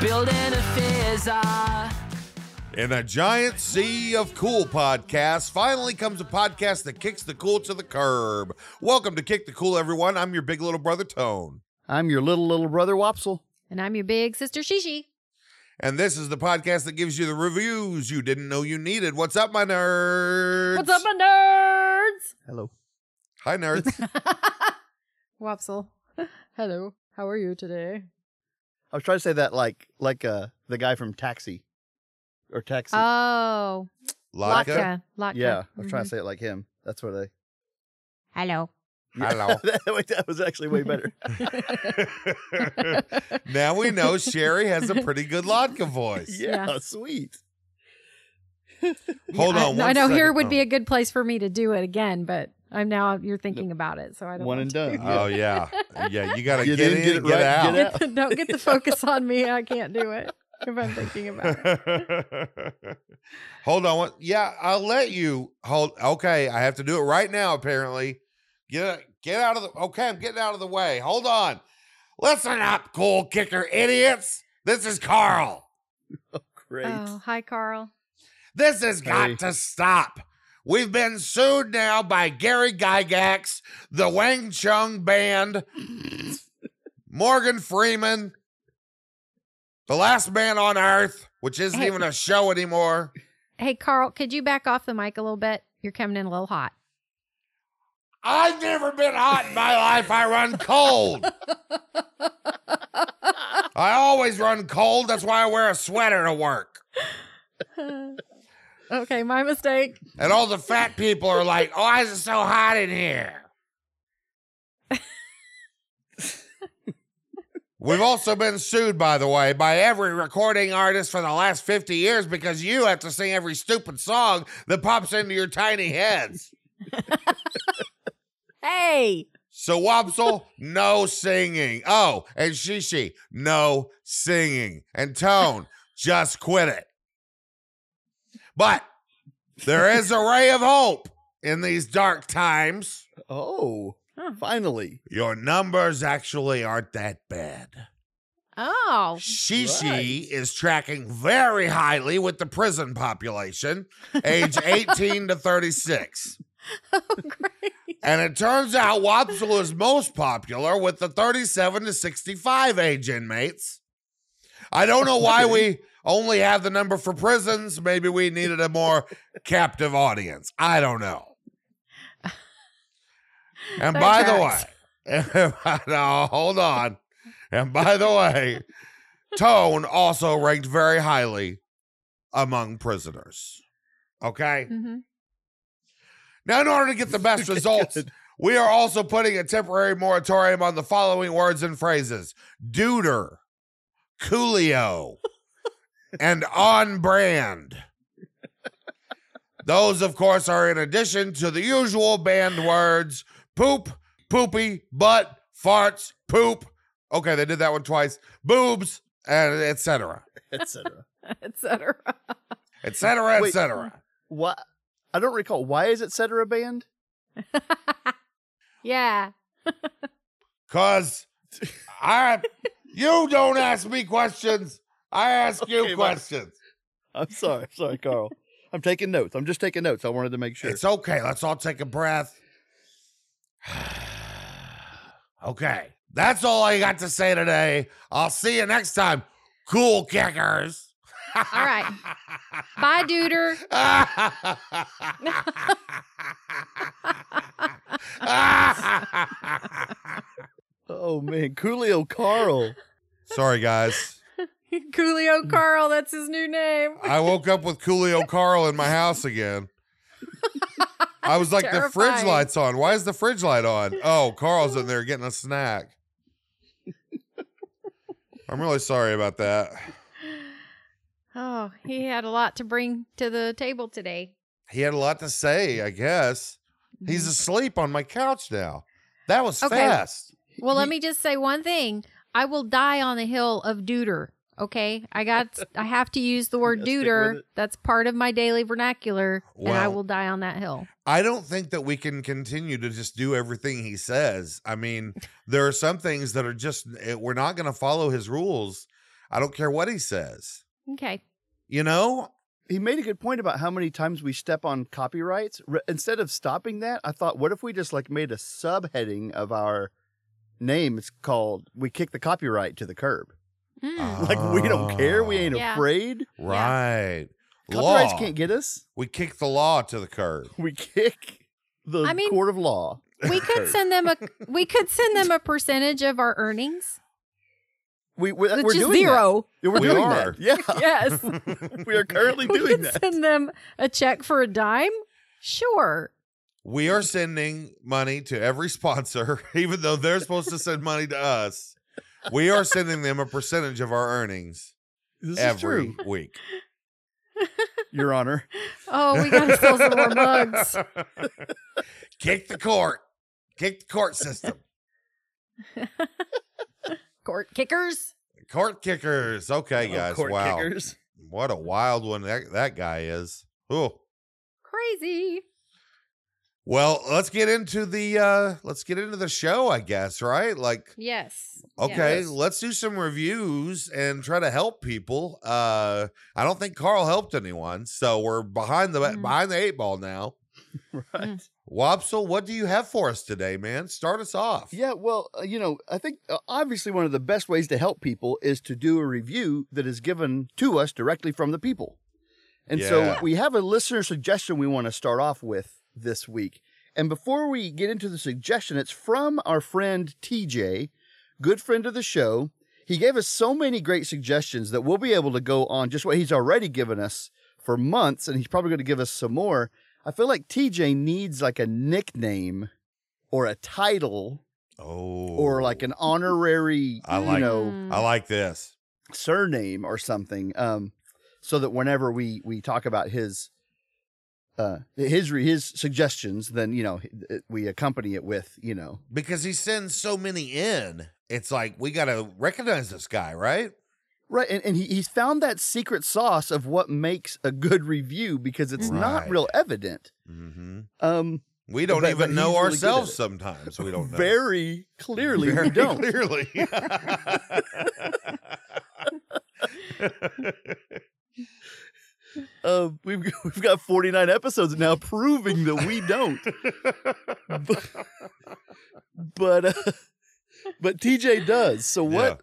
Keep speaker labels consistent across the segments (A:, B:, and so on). A: building a fizz.
B: In a giant sea of cool podcasts, finally comes a podcast that kicks the cool to the curb. Welcome to Kick the Cool, everyone. I'm your big little brother, Tone.
C: I'm your little, little brother, Wopsle.
D: And I'm your big sister Shishi.
B: And this is the podcast that gives you the reviews you didn't know you needed. What's up, my nerds?
D: What's up, my nerds?
C: Hello.
B: Hi, nerds.
D: Wopsle. Hello. How are you today?
C: I was trying to say that like like uh the guy from Taxi or Taxi.
D: Oh,
B: Latka.
D: Latka.
C: yeah, I was trying
D: Mm-hmm.
C: to say it like him. That's what I.
D: Hello.
B: Hello.
C: that, wait, that was actually way better.
B: now we know Sherry has a pretty good Latka voice.
C: yeah,
D: Yeah.
C: sweet.
B: Hold
D: I,
B: on.
D: I
B: one
D: know here
B: second.
C: Oh.
D: would be a good place for me to do it again, but I'm now you're thinking about it, so I don't.
C: One and
D: want
C: done.
B: Oh, yeah. Yeah, you got to
C: You
B: get in
C: didn't get
B: and
C: it
B: get
C: right,
B: out.
C: get
D: to. Get the- don't get the focus on me. I can't do it if I'm thinking about it.
B: hold on. One, yeah, I'll let you hold. Okay, I have to do it right now. Apparently, get get out of the. Okay, I'm getting out of the way. Hold on. Listen up, cool kicker idiots. This is Carl.
C: Great.
D: Oh, hi, Carl.
B: This has got
C: Hey.
B: to stop. We've been sued now by Gary Gygax, the Wang Chung Band, Morgan Freeman, The Last Man on Earth, which isn't
D: Hey.
B: even a show anymore.
D: Hey, Carl, could you back off the mic a little bit? You're coming in a little hot.
B: I've never been hot in my life. I run cold. I always run cold. That's why I wear a sweater to work.
D: okay, my mistake.
B: And all the fat people are like, oh, why is it so hot in here? We've also been sued, by the way, by every recording artist for the last 50 years because you have to sing every stupid song that pops into your tiny heads.
D: Hey.
B: So Wopsle, no singing. Oh, and Shishi, no singing. And Tone, just quit it. But there is a ray of hope in these dark times.
C: Oh,
D: Huh.
C: finally.
B: Your numbers actually aren't that bad.
D: Oh.
B: Shishi
C: Right.
B: is tracking very highly with the prison population, age 18 to 36.
D: great.
B: And it turns out Wopsle is most popular with the 37 to 65 age inmates. I don't know why we only have the number for prisons. Maybe we needed a more captive audience. I don't know. And
D: That
B: by
D: tracks.
B: the way, no, hold on. And by the way, Tone also ranked very highly among prisoners. Okay?
D: Mm-hmm.
B: Now, in order to get the best results, we are also putting a temporary moratorium on the following words and phrases Duder, Coolio, and on brand. Those, of course, are in addition to the usual banned words poop, poopy, butt, farts, poop. Okay, they did that one twice. Boobs, and etc.
C: Etc.
D: etc.
B: etc.
C: Wait.
B: etc.
C: Why? I don't recall. Why is etc. banned?
D: yeah.
B: Cause I you don't ask me questions. I ask
C: Okay,
B: you
C: well-
B: questions.
C: I'm sorry. I'm sorry, Carl. I'm taking notes. I'm just taking notes. I wanted to make sure.
B: It's okay. Let's all take a breath. okay. That's all I got to say today. I'll see you next time. Cool kickers. All
D: right. Bye, Duder.
C: oh man, Coolio Carl.
B: Sorry, guys.
D: Coolio Carl, that's his new name.
B: I woke up with Coolio Carl in my house again. I was like, the fridge
D: Terrifying.
B: light's on. Why is the fridge light on? Oh, Carl's in there getting a snack. I'm really sorry about that.
D: Oh, he had a lot to bring to the table today.
B: He had a lot to say, I guess. He's asleep on my couch now. That was
D: Mm-hmm. Okay.
B: fast.
D: Well, let me just say one thing. I will die on the hill of Duder. Okay, I got. I have to use the word
C: Yeah, stick with
D: Duder.
C: it.
D: That's part of my daily vernacular, and I
B: Well-
D: will die on that hill.
B: I don't think that we can continue to just do everything he says. I mean, there are some things that are just eh, we're not going to follow his rules. I don't care what he says.
D: Okay.
B: You know?
C: He made a good point about how many times we step on copyrights. Re- instead of stopping that, I thought, what if we just like made a subheading of our name? It's called "We Kick the Copyright to the Curb."
D: Mm.
C: Like we don't care. We ain't
D: Yeah.
C: afraid.
B: Right.
C: Copyrights
B: Law.
C: can't get us.
B: we kick the law to the curb.
C: We kick the
D: I mean-
C: court of law.
D: we could send them a we could send them a percentage of our earnings.
C: We, we
D: It's
C: Uh, we're
D: just
C: doing
D: zero.
C: That. We're
B: We
C: doing
B: are.
C: that. Yeah,
D: Yes.
C: we are currently
D: we
C: doing
D: could
C: that.
D: send them a check for a dime. Sure.
B: We are sending money to every sponsor, even though they're supposed to send money to us. We are sending them a percentage of our earnings
C: This is
B: every
C: true,
B: week.
C: Your Honor.
D: Oh, we gotta sell some more mugs.
B: Kick the court. Kick the court system.
D: Court kickers.
B: Court kickers. Okay,
E: Oh,
B: guys.
E: court
B: wow.
E: kickers.
B: What a wild one that, that guy is. Oh.
D: Crazy.
B: Well, let's get into the uh let's get into the show, I guess, right? Like
D: Yes.
B: okay,
D: Yes.
B: let's do some reviews and try to help people. Uh I don't think Carl helped anyone, so we're behind the
D: Mhm.
B: behind the eight ball now.
C: Right.
B: Wopsle, what do you have for us today, man? Start us off.
C: Yeah, well, uh, you know, I think uh, obviously one of the best ways to help people is to do a review that is given to us directly from the people. And so
B: Yeah.
C: we have a listener suggestion we want to start off with this week. And before we get into the suggestion, it's from our friend TJ, good friend of the show. He gave us so many great suggestions that we'll be able to go on just what he's already given us for months, and he's probably going to give us some more. I feel like TJ needs like a nickname or a title
B: Oh.
C: or like an honorary,
B: I
C: you
B: like-
C: know,
D: Mm-hmm.
B: I like this.
C: surname or something, um, so that whenever we we talk about his uh his re- his suggestions, then you know h- we accompany it with you know
B: Because he sends so many in. It's like we gotta recognize this guy, right?
C: right, and, and he he's found that secret sauce of what makes a good review because it's not
B: Right.
C: real evident.
B: Mm-hmm.
C: Um,
B: We don't
C: But-
B: even
C: but
B: know
C: he's really good at
B: ourselves
C: it.
B: sometimes. We don't know.
C: very clearly
B: Very
C: we don't.
B: Clearly.
C: Uh, we've we've got forty nine episodes now proving that we don't. but but, uh, but TJ does. So what
B: Yeah.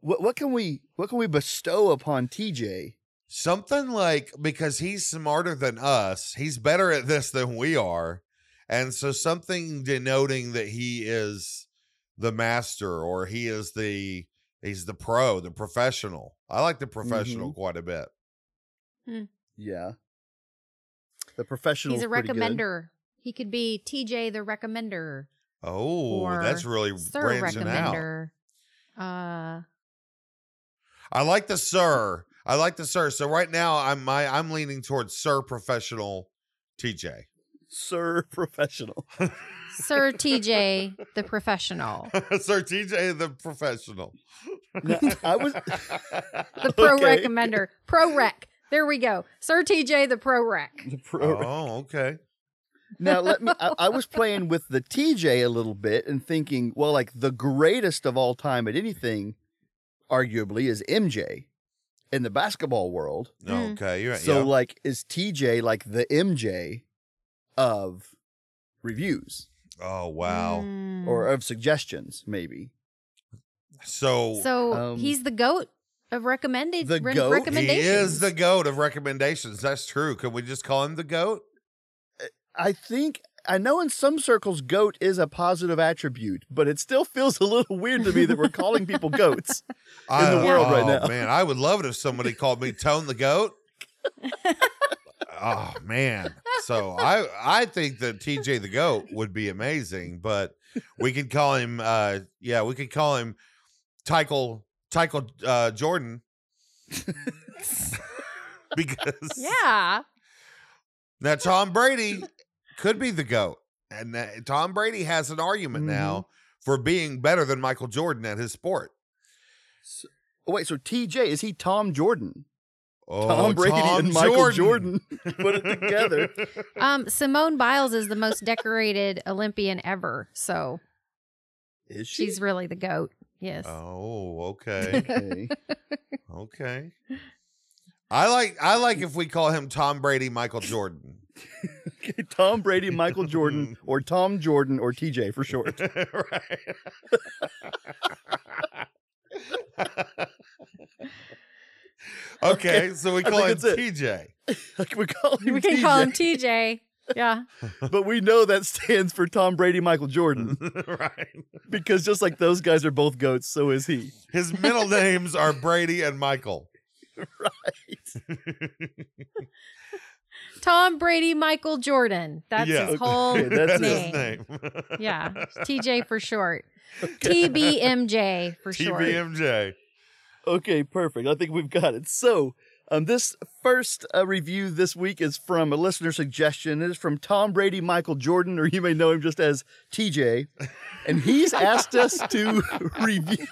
C: what what can we what can we bestow upon TJ?
B: Something like because he's smarter than us, he's better at this than we are. And so something denoting that he is the master or he is the he's the pro, the professional. I like the professional
D: Mm-hmm.
B: quite a bit.
C: Yeah, the professional.
D: He's a
C: pretty good.
D: recommender. He could be TJ the recommender.
B: Oh, that's
D: Or
B: really
D: Sir
B: branching out.
D: recommender. Uh
B: I like the sir. I like the sir. So right now I'm my I'm leaning towards sir professional TJ.
C: sir professional.
D: Sir TJ the professional.
B: sir TJ the professional.
C: Now, I was
D: The pro
C: Okay.
D: recommender. Pro rec. There we go. Sir TJ the pro rec.
C: the pro.
B: Oh, okay.
C: Now let me. I, I was playing with the TJ a little bit and thinking, well, like the greatest of all time at anything, arguably, is MJ in the basketball world.
D: Mm.
B: Okay. You're,
C: So
B: yeah.
C: like is TJ like the MJ of reviews
B: oh, wow.
D: Mm.
C: or of suggestions maybe.
B: So,
D: so
C: um,
D: he's the goat of recommended
C: The
D: re-
C: goat? He
B: he
D: recommendations.
B: is the goat of recommendations. That's true. Can we just call him the goat?
C: I think I know in some circles goat is a positive attribute, but it still feels a little weird to me that we're calling people goats.
B: I-
C: the world right
B: oh,
C: now.
B: man, I would love it if somebody called me Tone the goat. oh man. So I I think that TJ the goat would be amazing, but we could call him uh yeah, we could call him Tykel Tykel uh Jordan. because
D: Yeah.
B: Now Tom Brady could be the goat, and uh, Tom Brady has an argument
C: Mm-hmm.
B: now for being better than Michael Jordan at his sport.
C: Oh, wait, so TJ is he Tom Jordan?
B: Oh,
C: Tom Brady
B: Tom
C: and Michael Jordan put it together.
D: Um, Simone Biles is the most decorated Olympian ever. So
C: Is she?
D: she's really the goat. Yes.
B: Oh, okay.
C: Okay.
B: okay. I like I like if we call him Tom Brady Michael Jordan.
C: Okay, Tom Brady, Michael Jordan, or Tom Jordan, or TJ for short.
B: right. okay, so we
C: I
B: call him
C: think that's it.
B: TJ.
C: Like we call him
D: we can
C: TJ,
D: call him TJ. Yeah.
C: but we know that stands for Tom Brady, Michael Jordan,
B: right.
C: because just like those guys are both goats, so is he.
B: His middle names are Brady and Michael.
D: Tom Brady, Michael Jordan. That's
B: Yeah.
D: his whole
C: Okay, that's his
D: name. Yeah. TJ for short. TBMJ for short.
B: TBMJ.
C: Okay, perfect. I think we've got it. So, um, this first uh, review this week is from a listener suggestion. It is from Tom Brady, Michael Jordan, or you may know him just as TJ, and he's asked us to review.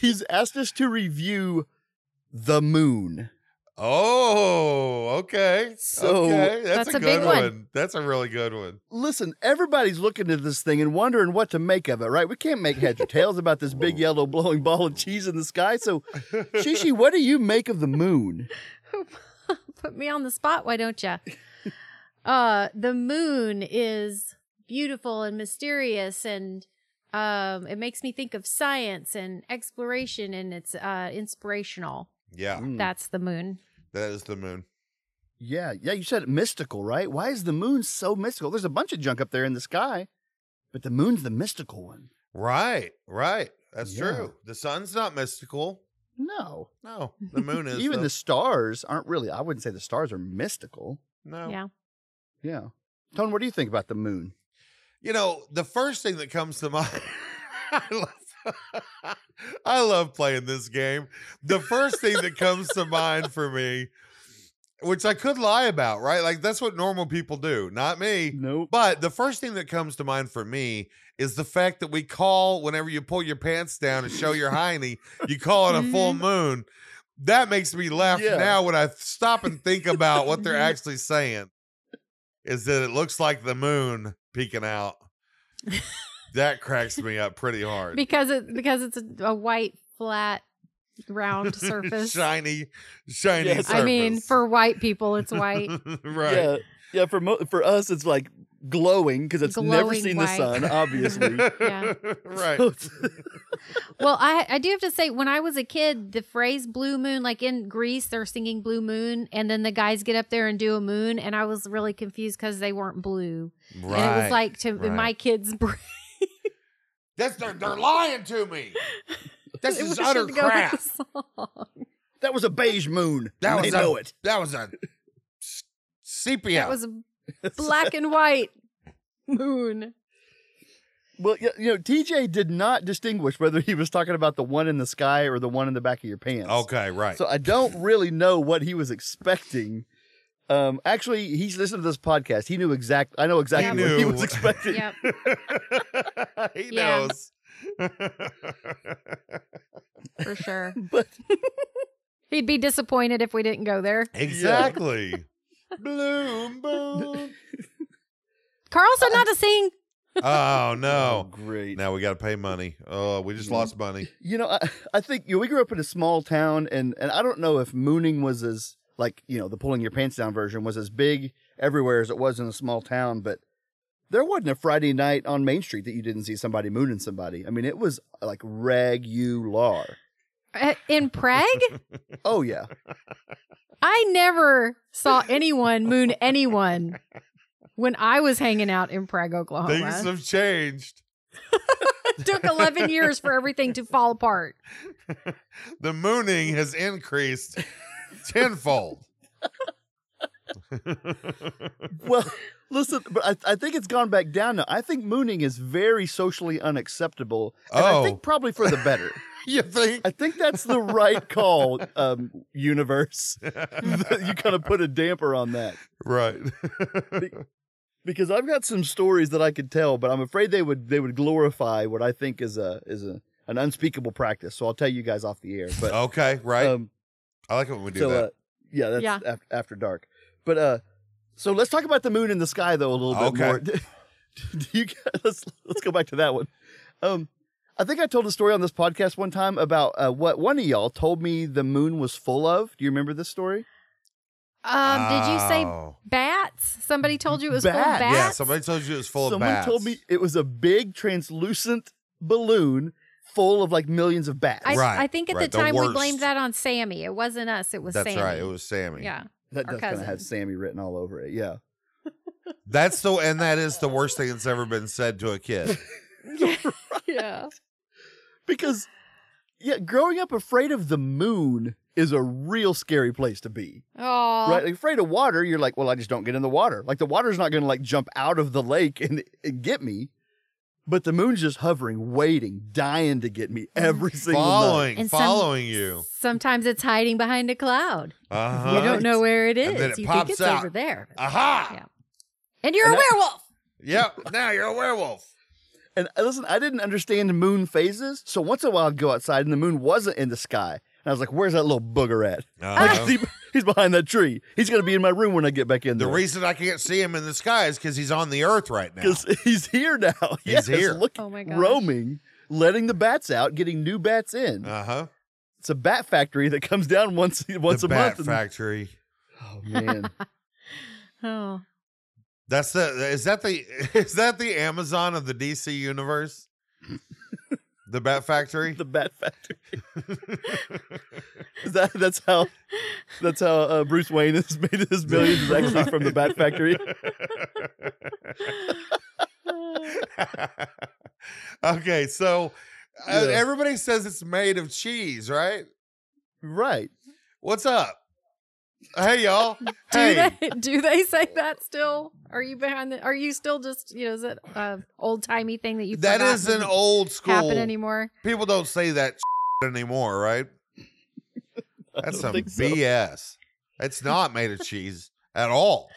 C: he's asked us to review the moon.
B: Oh, okay.
C: So-
B: okay. That's,
D: That's
B: a,
D: a
B: good
D: big one.
B: That's a really good one.
C: listen, everybody's looking at this thing and wondering what to make of it, right? We can't make heads or tails about this big yellow blowing ball of cheese in the sky. So, Shishi, what do you make of the moon?
D: Put me on the spot, why don't you? Uh, the moon is beautiful and mysterious and um, it makes me think of science and exploration and it's uh, inspirational.
B: Yeah,
C: Mm,
D: That's the moon.
B: that is the moon.
C: yeah, yeah, you said it mystical, right? Why is the moon so mystical? There's a bunch of junk up there in the sky, but the moon's the mystical one.
B: Right, right. That's
C: Yeah.
B: true. The sun's not mystical.
C: No.
B: No, the moon is.
C: Even
B: though.
C: the stars aren't really, I wouldn't say the stars are mystical.
B: No.
D: Yeah.
C: Yeah. Tone, what do you think about the moon?
B: You know, the first thing that comes to mind. I love, I love playing this game. The first thing that comes to mind for me, which I could lie about, right? Like that's what normal people do, not me.
C: Nope.
B: But the first thing that comes to mind for me is the fact that we call whenever you pull your pants down and show your hiney, you call it a full
D: Mm-hmm.
B: moon. That makes me laugh
C: Yeah.
B: now when I stop and think about what they're actually saying. Is that it looks like the moon peeking out. that cracks me up pretty hard.
D: Because it because it's a, a white, flat, round surface.
B: shiny, shiny.
C: Yes.
D: I mean,
B: surface.
D: for white people, it's white.
B: right.
C: Yeah. Yeah. For, mo- for us, it's like glowing because it's never
D: Glowing
C: seen
D: white.
C: the sun, obviously.
D: Yeah.
B: right.
C: So-
D: well, I I do have to say, when I was a kid, the phrase "blue moon," like in Greece, they're singing "blue moon," and then the guys get up there and do a moon, and I was really confused because they weren't blue,
B: Right.
D: and it was like to in
B: right.
D: my kids' brain.
B: That's they're, they're lying to me. This
D: it
B: is
D: should
B: utter
D: go with the
B: crap.
D: song.
C: That was a beige moon.
B: That
C: and
B: was
C: they
B: a-
C: know it.
B: That was a s- sepia.
D: That was a black and white moon.
C: Well, y- you know, TJ did not distinguish whether he was talking about the one in the sky or the one in the back of your pants.
B: okay, right.
C: So I don't really know what he was expecting. Um, actually, he's listened to this podcast. He knew exact. I know exactly
B: He
C: what he
B: knew.
C: was expecting.
D: Yep.
B: he
D: Yeah.
B: knows.
D: for sure.
C: But-
D: he'd be disappointed if we didn't go there.
B: exactly. Bloom boom.
D: Carlson not to sing.
B: Oh no.
C: great!
B: Now we got to pay money. Oh, we just lost money.
C: You know, I, I think you know, we grew up in a small town, and and I don't know if mooning was as like you know the pulling your pants down version was as big everywhere as it was in a small town, but there wasn't a Friday night on Main Street that you didn't see somebody mooning somebody. I mean, it was like regular.
D: Uh, In Prague,
C: Oh yeah,
D: I never saw anyone moon anyone when I was hanging out in Prague,
B: Things
D: Oklahoma.
B: have changed.
D: It took 11 years for everything to fall apart.
B: The mooning has increased tenfold.
C: well, listen, but I, I think it's gone back down now. I think mooning is very socially unacceptable, and I
B: Oh.
C: think probably for the better.
B: you think?
C: I think that's the right call, um, universe. you kind of put a damper on that
B: Right.
C: because I've got some stories that I could tell, but I'm afraid they would they would glorify what I think is a is a an unspeakable practice. So I'll tell you guys off the air. But
B: okay, right.
C: um,
B: I like it when we do
C: so
B: that.
C: uh, yeah, that's
D: Yeah.
C: af- after dark. But uh, so let's talk about the moon in the sky though a little bit
B: Okay.
C: more. Do you guys, let's let's go back to that one. Um, I think I told a story on this podcast one time about uh, what one of y'all told me the moon was full of. Do you remember this story?
D: Um, did you say
B: Oh.
D: bats? Somebody told you it was full of
C: Bats.
D: bats.
B: Yeah, somebody told you it was full
C: Someone
B: of bats.
C: told me it was a big translucent balloon full of like millions of bats.
D: I,
B: Right,
D: I think at
B: right,
D: the
B: the
D: time we
B: worst.
D: blamed that on Sammy. It wasn't us. It was
B: That's
D: Sammy.
B: right. It was Sammy.
D: Yeah.
C: that
D: our
C: does kind of
D: cousin.
C: have Sammy written all over it. Yeah.
B: That's the and that is the worst thing that's ever been said to a kid.
D: yeah.
C: Because yeah, growing up afraid of the moon is a real scary place to be.
D: Oh.
C: Right? Like afraid of water, you're like, well, I just don't get in the water. Like the water's not gonna like jump out of the lake and, and get me. But the moon's just hovering, waiting, dying to get me every single night.
B: following,
D: And some-
B: following you.
D: Sometimes it's hiding behind a cloud.
B: Uh-huh.
D: You don't know where it
B: And
D: is.
B: then it
D: you
B: pops
D: think it's
B: out.
D: over there.
B: Aha!
D: Yeah. And you're
C: And
D: a
C: I-
D: werewolf.
B: Yep. Now you're a werewolf.
C: And uh, listen, I didn't understand moon phases, so once in a while I'd go outside and the moon wasn't in the sky. And I was like, where's that little booger at?
B: Uh-huh.
C: He- he's behind that tree. He's gonna be in my room when I get back in
B: the
C: there.
B: reason I can't see him in the sky is because he's on the earth right now.
C: because he's here now.
B: He's
C: yes,
B: here.
C: Look,
D: Oh my gosh.
C: roaming, letting the bats out, getting new bats in.
B: Uh huh.
C: it's a bat factory that comes down once once
B: the
C: a
B: Bat
C: month. and-
B: Factory.
C: oh man,
D: Oh.
B: That's the is that the is that the Amazon of the DC universe? the Bat Factory.
C: the bat factory. Is that, that's how that's how uh, Bruce Wayne has made his millions is actually from the bat factory.
B: okay, so uh,
C: Yeah.
B: everybody says it's made of cheese, right?
C: Right.
B: What's up? Hey y'all.
D: Do
B: hey.
D: they do they say that still? Are you behind the are you still just you know, is it an old timey thing that you
B: That is an old
D: happen
B: school.
D: anymore?
B: People don't say that anymore, right?
C: I
B: That's some
C: don't think so.
B: BS. It's not made of cheese at all.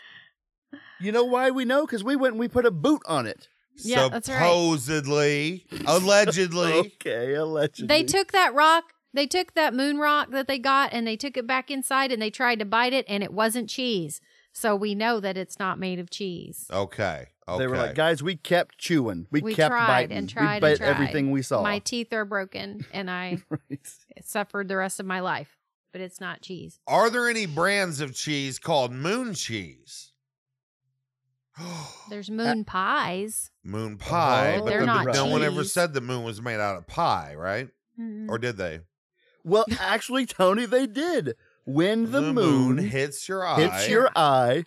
C: You know why we know? Because we went and we put a boot on it.
D: Yeah, that's right.
B: Supposedly, allegedly.
C: Okay, allegedly.
D: They took that rock, they took that moon rock that they got and they took it back inside and they tried to bite it and it wasn't cheese. So we know that it's not made of cheese.
B: Okay. Okay.
C: They were like, guys, we kept chewing. We,
D: We
C: kept
D: tried
C: biting.
D: and tried
C: we
D: and
C: bit
D: tried.
C: everything we saw.
D: My teeth are broken and I
C: Right.
D: suffered the rest of my life, but it's not cheese.
B: Are there any brands of cheese called moon cheese?
D: There's moon pies.
B: moon pie.
C: Oh,
B: but
D: They're
B: the-
D: not
B: no one ever
D: cheese. Mm.
B: said the moon was made out of pie, right?
D: Mm-mm.
B: Or did they?
C: Well, actually, Tony, they did. When the, moon, hits,
B: hits your eye.
C: your eye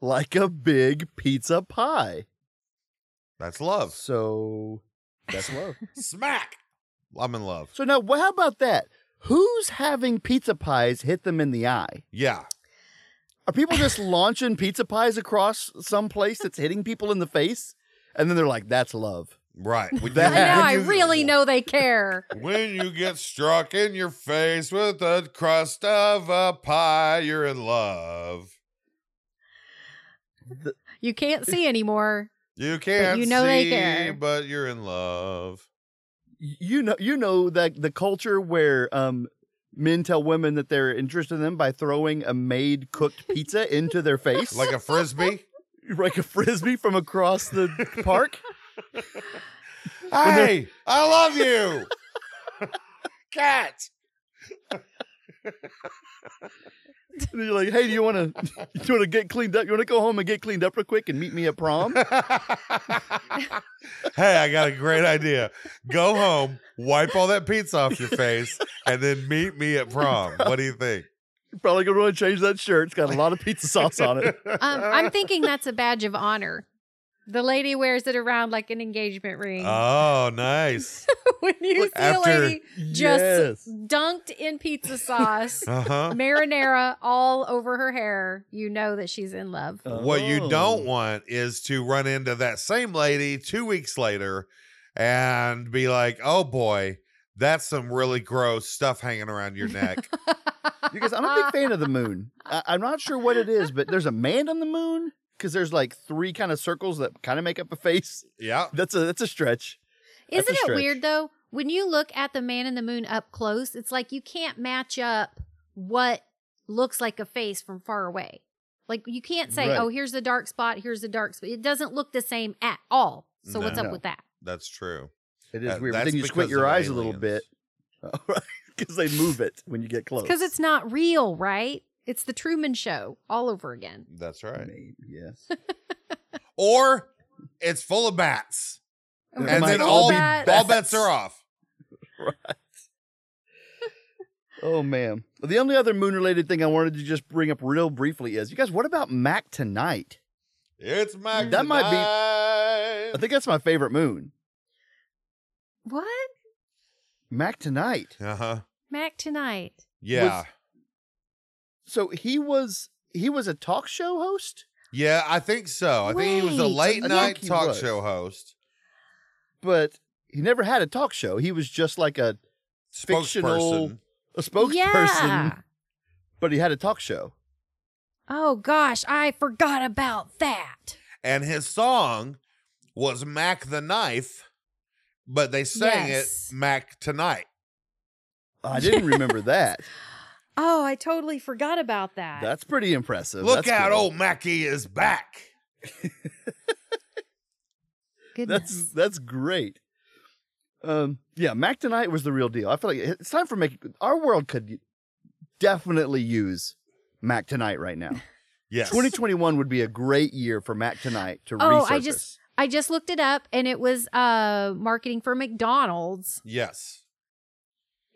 C: like a big pizza pie.
B: That's love.
C: So that's love.
B: Smack. I'm in love.
C: so now, wh- how about that? Who's having pizza pies hit them in the eye?
B: Yeah.
C: Are people just launching pizza pies across some place that's hitting people in the face? And then they're like, that's love.
B: Right. When
C: That-
D: I know.
B: when
D: I really know they care.
B: When you get struck in your face with a crust of a pie, you're in love.
D: You can't see anymore.
B: You can't
D: you know
B: see,
D: they care.
B: but you're in love.
C: Y- You know, you know that the culture where um, men tell women that they're interested in them by throwing a made cooked pizza into their face,
B: Like a frisbee.
C: like a frisbee from across the park.
B: hey, I love you. Cat.
C: And you're like, hey, do you want to do you want to get cleaned up? You want to go home and get cleaned up real quick and meet me at prom?
B: hey, I got a great idea. Go home, wipe all that pizza off your face, and then meet me at prom. What do you think?
C: You're probably gonna want to change that shirt. It's got a lot of pizza sauce on it.
D: Um, I'm thinking that's a badge of honor. The lady wears it around like an engagement ring.
B: Oh, nice.
D: when you see a
B: after-
D: lady just
C: yes.
D: dunked in pizza sauce,
B: Uh huh.
D: marinara all over her hair, you know that she's in love.
B: What you don't
C: Oh.
B: want is to run into that same lady two weeks later and be like, oh boy, that's some really gross stuff hanging around your neck.
C: because I'm a big fan of the moon. I- I'm not sure what it is, but there's a man on the moon because there's like three kind of circles that kind of make up a face.
B: yeah.
C: That's a that's a stretch. That's a
D: Isn't it
C: stretch.
D: weird though? When you look at the man in the moon up close, it's like you can't match up what looks like a face from far away. Like you can't say,
C: Right.
D: "Oh, here's the dark spot, here's the dark spot." It doesn't look the same at all. So what's
C: No.
D: up with that?
B: That's true.
C: It is
B: That-
C: weird. But
B: that's
C: then you squint
B: because
C: your
B: of
C: eyes a little bit
B: aliens.
C: because they move it when you get close.
D: Because it's not real, right? It's the Truman Show all over again.
B: That's right.
C: Maybe, yes.
B: Or it's full of bats.
C: It
B: and
C: might
B: then
C: all
B: all,
C: be
D: bats.
B: all bets are off.
C: Oh man. The only other moon related thing I wanted to just bring up real briefly is you guys, what about Mac tonight?
B: It's Mac.
C: Mm, That might be- I
B: be.
C: think that's my favorite moon.
D: What?
C: Mac tonight.
B: Uh huh.
D: Mac tonight.
B: Yeah.
C: Was- So he was he was a talk show host,
B: yeah, I think so. I think he was a
D: Wait,
B: late
C: I
B: night
C: think Uh, he
B: talk
C: was.
B: show host.
C: but he never had a talk show. He was just like a, Fictional-
B: Spokesperson.
C: a spokesperson,
D: Yeah.
C: but he had a talk show.
D: Oh gosh, I forgot about that.
B: And his song was Mac the Knife, but they sang
D: Yes.
B: it Mac Tonight.
C: I didn't remember that.
D: Oh, I totally forgot about that.
C: That's pretty impressive.
B: Look
C: That's
B: out,
C: cool.
B: old Mackie is back.
C: That's
D: Goodness.
C: that's great. Um, yeah, Mac tonight was the real deal. I feel like it's time for making our world could definitely use Mac tonight right now.
B: Yes.
C: 2021 would be a great year for Mac tonight to
D: Oh,
C: resurface.
D: I just- I just looked it up and it was uh marketing for McDonald's
B: yes.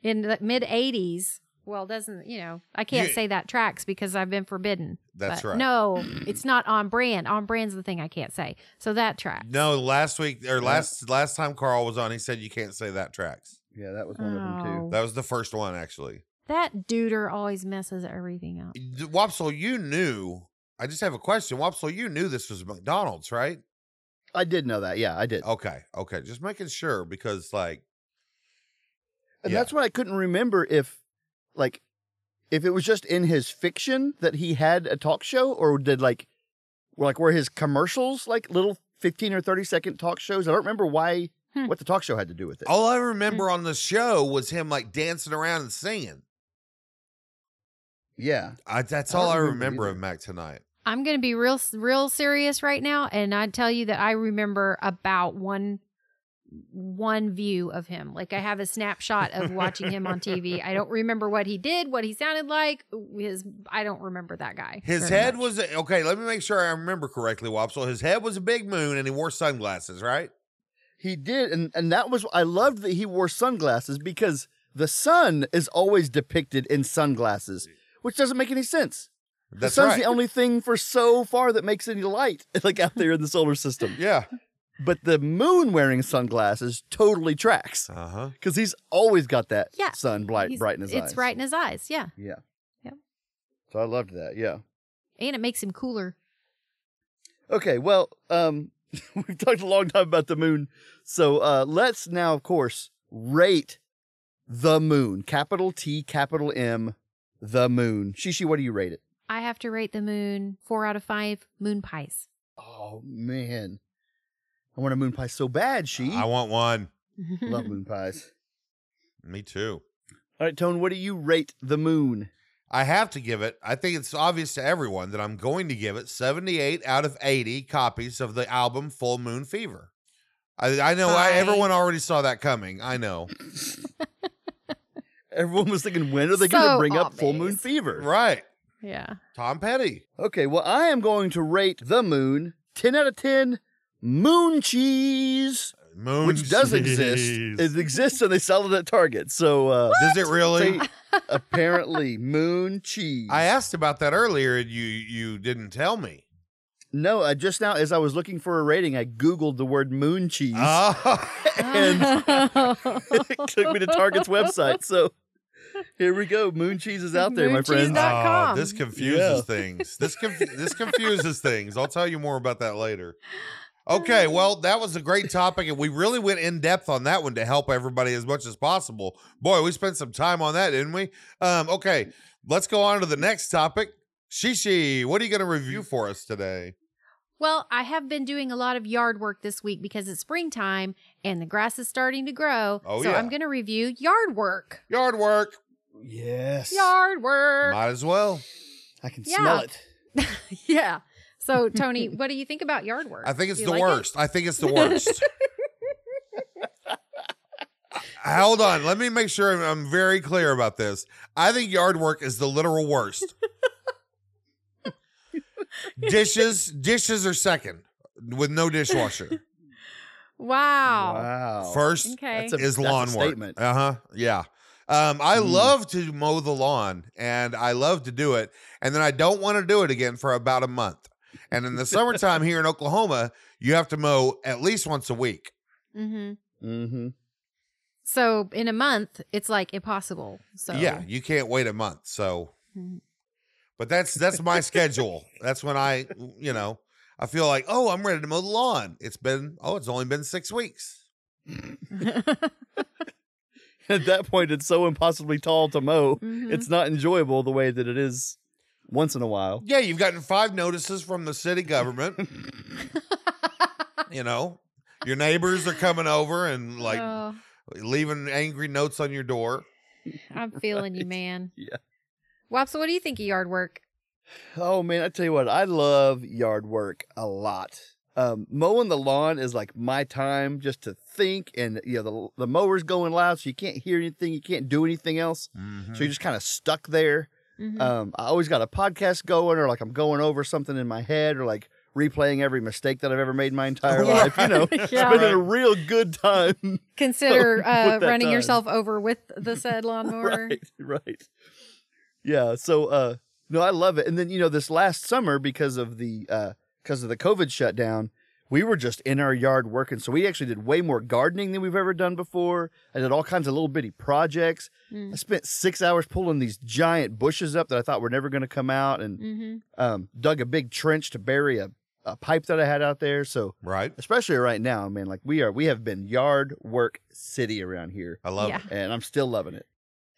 D: in the mid 80s. Well, doesn't, you know, I can't
B: You-
D: say that tracks because I've been forbidden.
B: That's
D: But
B: right.
D: No, it's not on brand. On brand's the thing I can't say. So that tracks.
B: No, last week or last last time Carl was on, he said you can't say that tracks.
C: yeah, that was one of them too.
D: Oh.
B: That was the first one actually.
D: That duder always messes everything up.
B: D- Wopsle, you knew. I just have a question. Wopsle, you knew this was McDonald's, right?
C: I did know that. Yeah, I did.
B: Okay, okay. Just making sure because like
C: and
B: yeah.
C: that's what I couldn't remember if like if it was just in his fiction that he had a talk show or did like were like were his commercials like little 15 or 30 second talk shows. I don't remember why
D: Hmm.
C: what the talk show had to do with it.
B: all I remember on the show was him like dancing around and singing.
C: Yeah.
B: I, that's
C: I don't
B: all I
C: remember
B: remember of
C: either.
B: Mac tonight.
D: I'm going to be real real serious right now and I tell you that I remember about one one view of him. Like I have a snapshot of watching him on TV. I don't remember what he did, what he sounded like, his I don't remember that guy.
B: His
D: very
B: head
D: much.
B: was a- okay. Let me make sure I remember correctly, Wopsle. His head was a big moon, and he wore sunglasses, right?
C: He did and and that was I loved that he wore sunglasses because the sun is always depicted in sunglasses, which doesn't make any sense.
B: That's
C: the sun's
B: right.
C: the only thing for so far that makes any light, like out there in the solar system.
B: yeah.
C: But the moon wearing sunglasses totally tracks
B: Uh huh.
C: because he's always got that
D: Yeah,
C: sun blight,
D: He's-
C: bright in his eyes.
D: It's bright in his eyes, yeah.
C: Yeah.
D: Yep.
C: So I loved that. Yeah.
D: And it makes him cooler.
C: Okay. Well, um, we've talked a long time about the moon. So uh, let's now, of course, rate the moon. Capital T, capital M, the moon. Shishi, what do you rate it?
D: I have to rate the moon 4 out of 5 moon pies.
C: Oh, man. I want a moon pie so bad, she.
B: I want one.
C: Love moon pies.
B: Me too.
C: All right, Tone, what do you rate the moon?
B: I have to give it. I think it's obvious to everyone that I'm going to give it 78 out of 80 copies of the album Full Moon Fever. I, I know
D: Hi.
B: I, everyone already saw that coming. I know.
C: Everyone was thinking, when are they going to
D: So
C: bring up full moon
D: obvious.
C: fever?
B: Right.
D: yeah.
B: Tom Petty.
C: Okay, well, I am going to rate the moon 10 out of 10 moon cheese,
B: Moon
C: which does exist.
B: cheese.
C: It exists and they sell it at Target. So uh,
B: Does it really?
C: say, apparently, moon cheese.
B: I asked about that earlier and you you didn't tell me.
C: no, I just now, as I was looking for a rating, I Googled the word moon cheese.
B: Oh.
C: And- it took me to Target's website. So here we go. Moon cheese is out there, my
D: Mooncheese
C: friends.
D: dot- com.
B: this confuses
C: Yeah.
B: things. This conf- this confuses things. I'll tell you more about that later. Okay, well, that was a great topic, and we really went in depth on that one to help everybody as much as possible. Boy, we spent some time on that, didn't we? Um, okay, let's go on to the next topic. Shishi, what are you going to review for us today?
D: Well, I have been doing a lot of yard work this week because it's springtime and the grass is starting to grow.
B: Oh,
D: so
B: yeah.
D: I'm going to review yard work.
B: Yard work,
C: Yes.
D: Yard work.
B: might as well.
C: I can
D: Yeah.
C: smell it.
D: yeah. So Tony, what do you think about yard work?
B: I think it's
D: Do you
B: the
D: like it?
B: worst. I think it's the worst. Uh, Hold on. Let me make sure I'm- I'm very clear about this. I think yard work is the literal worst. dishes, dishes are second with no dishwasher.
D: Wow.
B: First
D: Oh. Okay.
C: That's a-
B: is lawn work.
C: statement.
B: Uh huh. Yeah. Um, I
C: Mm.
B: love to mow the lawn and I love to do it. And then I don't want to do it again for about a month. And in the summertime here in Oklahoma, you have to mow at least once a week.
D: hmm
C: Mm-hmm.
D: So in a month, it's like impossible. So
B: Yeah, you can't wait a month. So,
C: Hmm.
D: Mhm.
B: but that's that's my schedule. That's when I, you know, I feel like, oh, I'm ready to mow the lawn. It's been, oh, it's only been six weeks.
C: At that point, it's so impossibly tall to mow.
D: Mhm.
C: It's not enjoyable the way that it is once in a while.
B: Yeah, you've gotten five notices from the city government. you know, your neighbors are coming over and like
D: Oh,
B: leaving angry notes on your door.
D: I'm feeling you, man.
C: Yeah.
D: Wops, what do you think of yard work?
C: Oh man, I tell you what, I love yard work a lot. Um, mowing the lawn is like my time just to think, and you know the the mower's going loud, so you can't hear anything, you can't do anything else, so
B: Mhm.
D: Mm-hmm.
C: you're just kind of stuck there.
D: Mhm.
C: Um, I always got a podcast going, or like I'm going over something in my head, or like replaying every mistake that I've ever made in my entire
B: Right.
C: life. You know,
D: Oh, Yeah.
C: spending a real good time.
D: Consider uh,
C: that
D: running
C: done.
D: yourself over with the said lawnmower.
C: right, right. Yeah. So, uh, no, I love it. And then you know, this last summer because of the uh, because of the COVID shutdown, we were just in our yard working. So we actually did way more gardening than we've ever done before. I did all kinds of little bitty projects. I
D: Mm.
C: spent six hours pulling these giant bushes up that I thought were never going to come out, and
D: Mhm.
C: um, dug a big trench to bury a, a pipe that I had out there. So
B: Right.
C: especially right now, man, like we are we have been yard work city around here
B: I love it.
D: Yeah.
C: and I'm still loving it.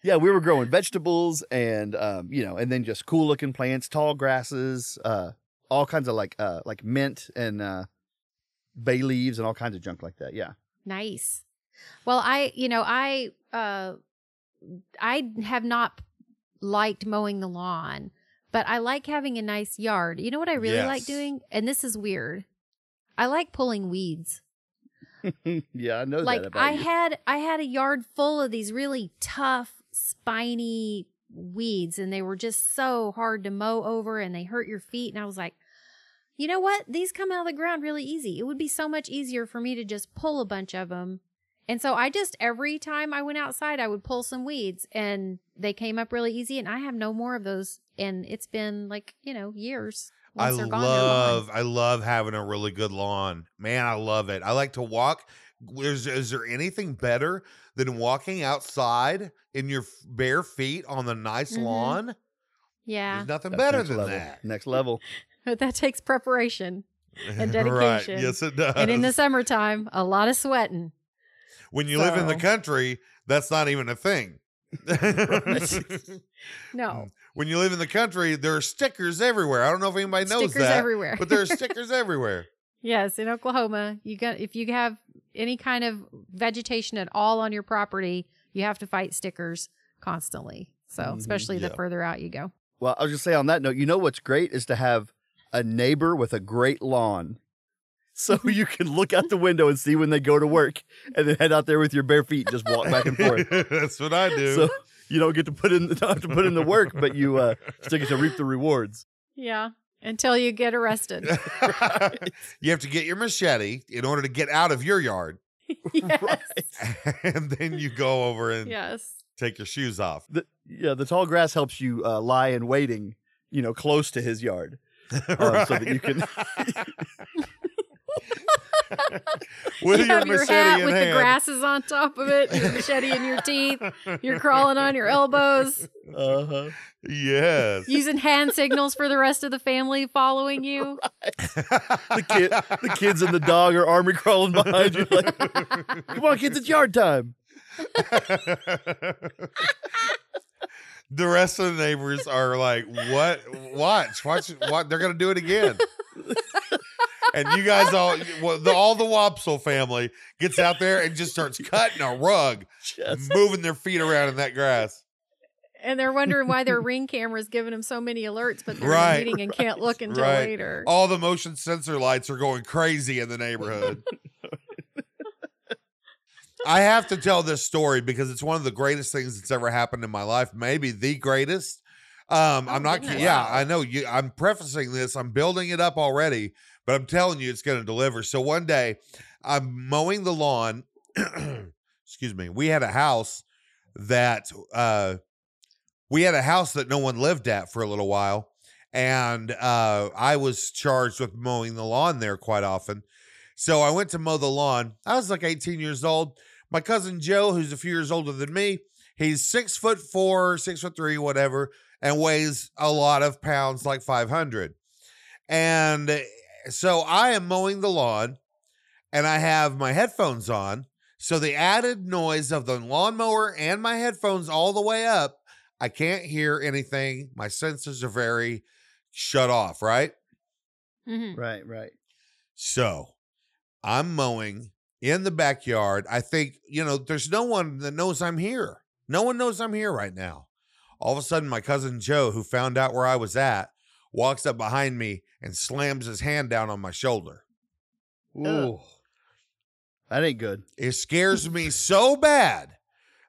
C: Yeah, we were growing vegetables and um, you know, and then just cool looking plants, tall grasses, uh, all kinds of like uh like mint and uh bay leaves and all kinds of junk like that. Yeah.
D: Nice. Well, I, you know, I, uh, I have not liked mowing the lawn, but I like having a nice yard. You know what I really like
B: Yes.
D: doing? And this is weird. I like pulling weeds.
C: yeah, I know
D: like
C: that about
D: I
C: you.
D: had I had a yard full of these really tough spiny weeds and they were just so hard to mow over and they hurt your feet and I was like you know what these come out of the ground really easy it would be so much easier for me to just pull a bunch of them and so I just every time I went outside I would pull some weeds and they came up really easy and I have no more of those and it's been like you know years
B: I
D: Once they're gone, they're gone.
B: love I love having a really good lawn. Man, I love it. I like to walk. Is, is there anything better than walking outside in your f- bare feet on the nice
D: Mhm.
B: lawn?
D: yeah
B: There's nothing
C: That's
B: better
C: next
B: than
C: level.
B: that.
C: Next level.
D: but that takes preparation and
B: right.
D: dedication.
B: Yes, it does.
D: and in the summertime a lot of sweating
B: when you live in
D: so-
B: the country, that's not even a thing.
D: No.
B: when you live in the country, there are stickers everywhere. I don't know if anybody knows
D: Stickers
B: that,
D: everywhere.
B: but there are stickers everywhere.
D: yes, in Oklahoma, you got if you have any kind of vegetation at all on your property, you have to fight stickers constantly. So,
C: Mhm,
D: especially
B: Mm-hmm. yeah.
D: the further out you go.
C: Well, I was just say on that note, you know what's great is to have a neighbor with a great lawn. So you can look out the window and see when they go to work and then head out there with your bare feet, and just walk back and forth.
B: that's what I do.
C: so you don't get to put in don't have to put in the work, but you uh, still get to reap the rewards.
D: Yeah, until you get arrested.
B: you have to get your machete in order to get out of your yard,
D: yes.
B: and then you go over and
D: Yes.
B: take your shoes off.
C: The, yeah, the tall grass helps you uh, lie in waiting, you know, close to his yard, um, so that you can.
B: with
D: you have your
B: machete
D: hat
B: in
D: with
B: hand.
D: the grasses on top of it, your machete in your teeth. You're crawling on your elbows,
C: Uh-huh.
B: Yes.
D: using hand signals for the rest of the family following you.
B: the
C: The kid, the kids, and the dog are army crawling behind you. Like, come on, kids, it's yard time.
B: the rest of the neighbors are like, "What? Watch, watch, what? They're gonna do it again." and you guys all, well, the, all the Wopsle family gets out there and just starts cutting a rug,
C: Just,
B: moving their feet around in that grass.
D: and they're wondering why their ring camera's giving them so many alerts, but they're
B: Right.
D: in a meeting and can't look until
B: Right.
D: later.
B: All the motion sensor lights are going crazy in the neighborhood. I have to tell this story because it's one of the greatest things that's ever happened in my life, maybe the greatest. Um,
D: Oh,
B: I'm not,
D: goodness.
B: ki- yeah,
D: Wow.
B: I know you. I'm prefacing this, I'm building it up already, but I'm telling you, it's going to deliver. So one day, I'm mowing the lawn. excuse me. We had a house that uh, we had a house that no one lived at for a little while, and uh, I was charged with mowing the lawn there quite often. So I went to mow the lawn. I was like 18 years old. My cousin Joe, who's a few years older than me, he's six foot four, six foot three, whatever, and weighs a lot of pounds, like 500. And eh, so I am mowing the lawn and I have my headphones on. So the added noise of the lawnmower and my headphones all the way up, I can't hear anything. My senses are very shut off, right? Mm-hmm.
D: Mhm.
C: Right, right.
B: So I'm mowing in the backyard. I think, you know, there's no one that knows I'm here. No one knows I'm here right now. All of a sudden, my cousin Joe, who found out where I was at, walks up behind me and slams his hand down on my shoulder.
C: Ooh. That ain't good.
B: It scares me so bad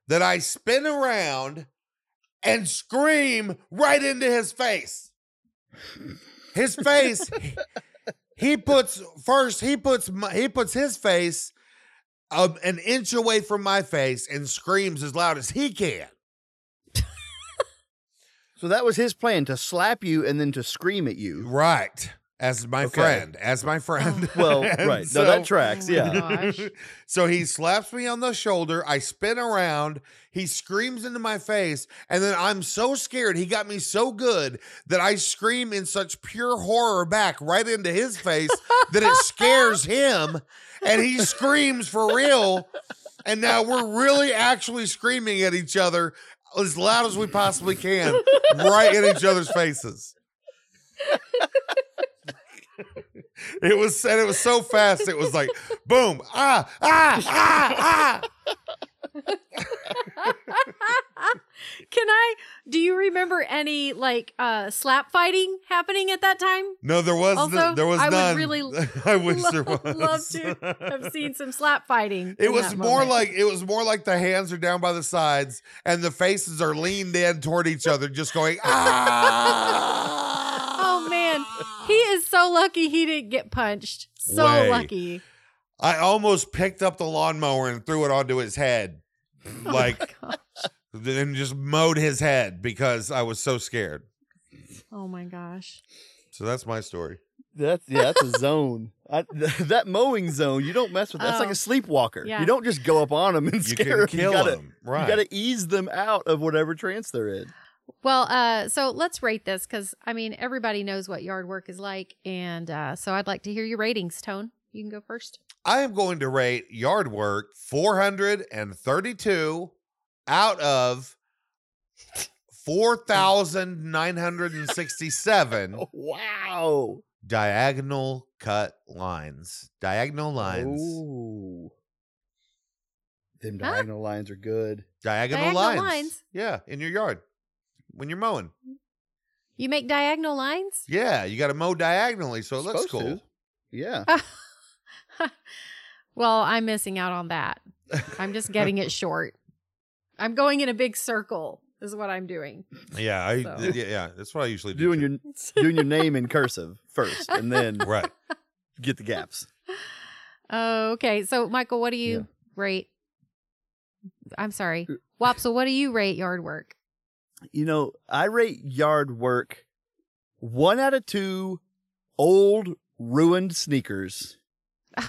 B: that I spin around and scream right into his face. His face, he- he puts first. He puts my, he puts his face um, an inch away from my face and screams as loud as he can.
C: So that was his plan to slap you and then to scream at you.
B: Right, as my
C: Okay.
B: friend, as my friend.
C: Well,
B: And
C: right.
B: so-
C: no, that tracks.
D: Oh,
C: Yeah.
D: gosh.
B: so he slaps me on the shoulder. I spin around. He screams into my face. And then I'm so scared. He got me so good that I scream in such pure horror back right into his face that it scares him. And he screams for real. And now we're really actually screaming at each other as loud as we possibly can right in each other's faces. It was said it was so fast it was like boom ah ah ah ah
D: Can I? Do you remember any like uh slap fighting happening at that time?
B: No, there was
D: Also,
B: no- there was
D: I would
B: none.
D: really
B: I wish there
D: Lo-
B: was.
D: Love to have seen some slap fighting.
B: It
D: in
B: was
D: that
B: more
D: moment.
B: like it was more like the hands are down by the sides and the faces are leaned in toward each other, just going ah.
D: Oh man, he is so lucky he didn't get punched. So
B: Way.
D: lucky.
B: I almost picked up the lawnmower and threw it onto his head, like
D: God.
B: and just mowed his head because I was so scared.
D: Oh my gosh.
B: So that's my story.
C: That's yeah, that's a zone. I, th- that mowing zone, you don't mess with. That's like
D: Oh.
C: a sleepwalker.
D: Yeah.
C: You don't just go up on them and
B: You
C: scare
B: can
C: 'em.
B: kill
C: you gotta,
B: him, right? Mm.
C: You got to ease them out of whatever trance they're in.
D: Well, uh, so let's rate this because I mean everybody knows what yard work is like, and uh, so I'd like to hear your ratings. Tone, you can go first.
B: I am going to rate yard work 432 out of 4,967
C: Oh, wow.
B: diagonal cut lines. Diagonal lines.
C: Ooh. Them
D: Huh?
C: diagonal lines are good.
B: Diagonal,
D: Diagonal
B: lines.
D: lines?
B: Yeah, in your yard when you're mowing.
D: You make diagonal lines.
B: Yeah, you got to mow diagonally, so it looks
C: Supposed to.
B: cool.
C: Yeah.
D: well, I'm missing out on that. I'm just getting it short. I'm going in a big circle. Is what I'm doing.
B: Yeah, I,
D: So.
B: yeah, yeah, that's what I usually do.
C: Doing your doing your name in cursive first, and then
B: too. right.
C: get the gaps.
D: okay, so Michael, what do you
C: Yeah.
D: rate? I'm sorry, Wopsle, what do you rate yard work?
C: You know, I rate yard work one out of two old ruined sneakers.
B: No,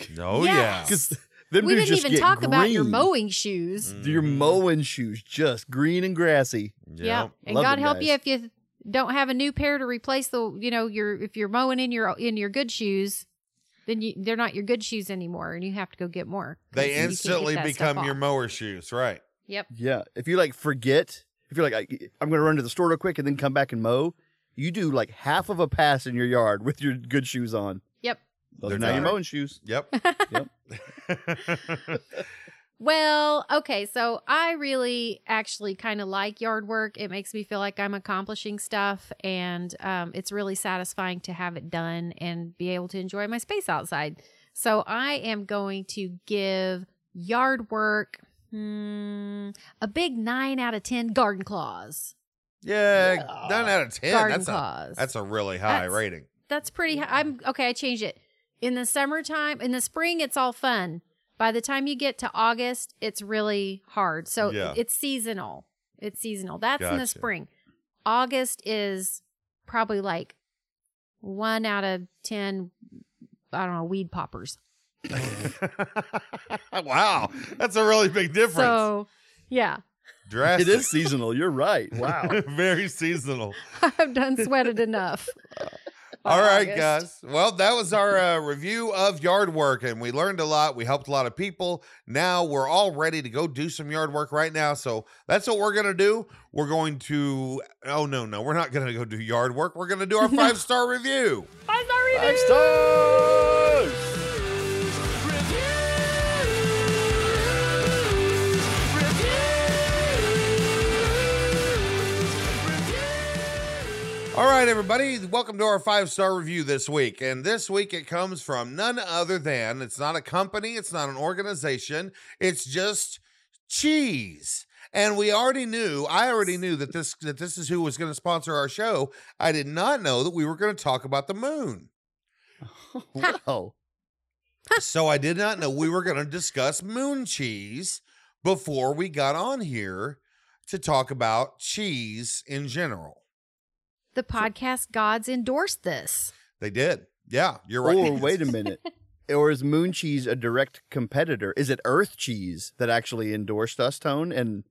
D: Yes.
B: Oh, yeah.
C: Oh, Because them
D: we
C: dudes
D: didn't
C: just
D: even
C: get
D: talk about your
C: green.
D: mowing shoes.
B: Mhm.
C: Your mowing shoes, just green and grassy.
B: Mm-hmm.
D: Yeah, and
C: Love
D: God
C: them
D: help you
C: guys.
D: if you don't have a new pair to replace the you know your if you're mowing in your in your good shoes, then you they're not your good shoes anymore, and you have to go get more. 'cause you
B: They
D: can't get
B: instantly
D: that stuff
B: become your
D: off.
B: mower shoes, right?
D: Yep.
C: Yeah. If you like forget, if you're like, I, I'm going to run to the store real quick and then come back and mow, you do like half of a pass in your yard with your good shoes on.
D: Yep.
C: Those
B: They're
C: are now your
B: not.
C: mowing shoes.
B: Yep.
C: Yep.
D: Well, okay, so I really actually kind of like yard work. It makes me feel like I'm accomplishing stuff, and um, it's really satisfying to have it done and be able to enjoy my space outside. So I am going to give yard work hmm, a big nine out of 10 garden claws.
B: Yeah,
C: Yeah.
B: nine out of ten.
D: garden
B: That's a
D: claws.
B: that's a really high
D: That's-
B: rating.
D: That's pretty. hi- I'm okay. I changed it. In the summertime, in the spring, it's all fun. By the time you get to August, it's really hard. So
B: Yeah.
D: it's seasonal. It's seasonal. That's in the
B: Gotcha.
D: spring. August is probably like one out of 10, I don't know, weed poppers.
B: wow, that's a really big difference.
D: So, yeah,
B: Drastic.
C: It is seasonal. You're right. Wow.
B: Very seasonal.
D: I've done sweated enough.
B: All right,
D: August.
B: guys. Well, that was our uh, review of yard work, and we learned a lot. We helped a lot of people. Now we're all ready to go do some yard work right now. So that's what we're going to do. We're going to, oh, no, no, we're not going to go do yard work. We're going to do our five star review.
C: Five stars.
B: All right, everybody, welcome to our five star review this week. And this week it comes from none other than it's not a company, it's not an organization, it's just cheese. And we already knew, I already knew that this that this is who was going to sponsor our show. I did not know that we were going to talk about the moon.
C: Wow.
B: so I did not know we were going to discuss moon cheese before we got on here to talk about cheese in general.
D: The podcast gods endorsed this.
B: They did. Yeah, you're right.
C: Or wait a minute. Or is Moon Cheese a direct competitor? Is it Earth Cheese that actually endorsed us, Tone? And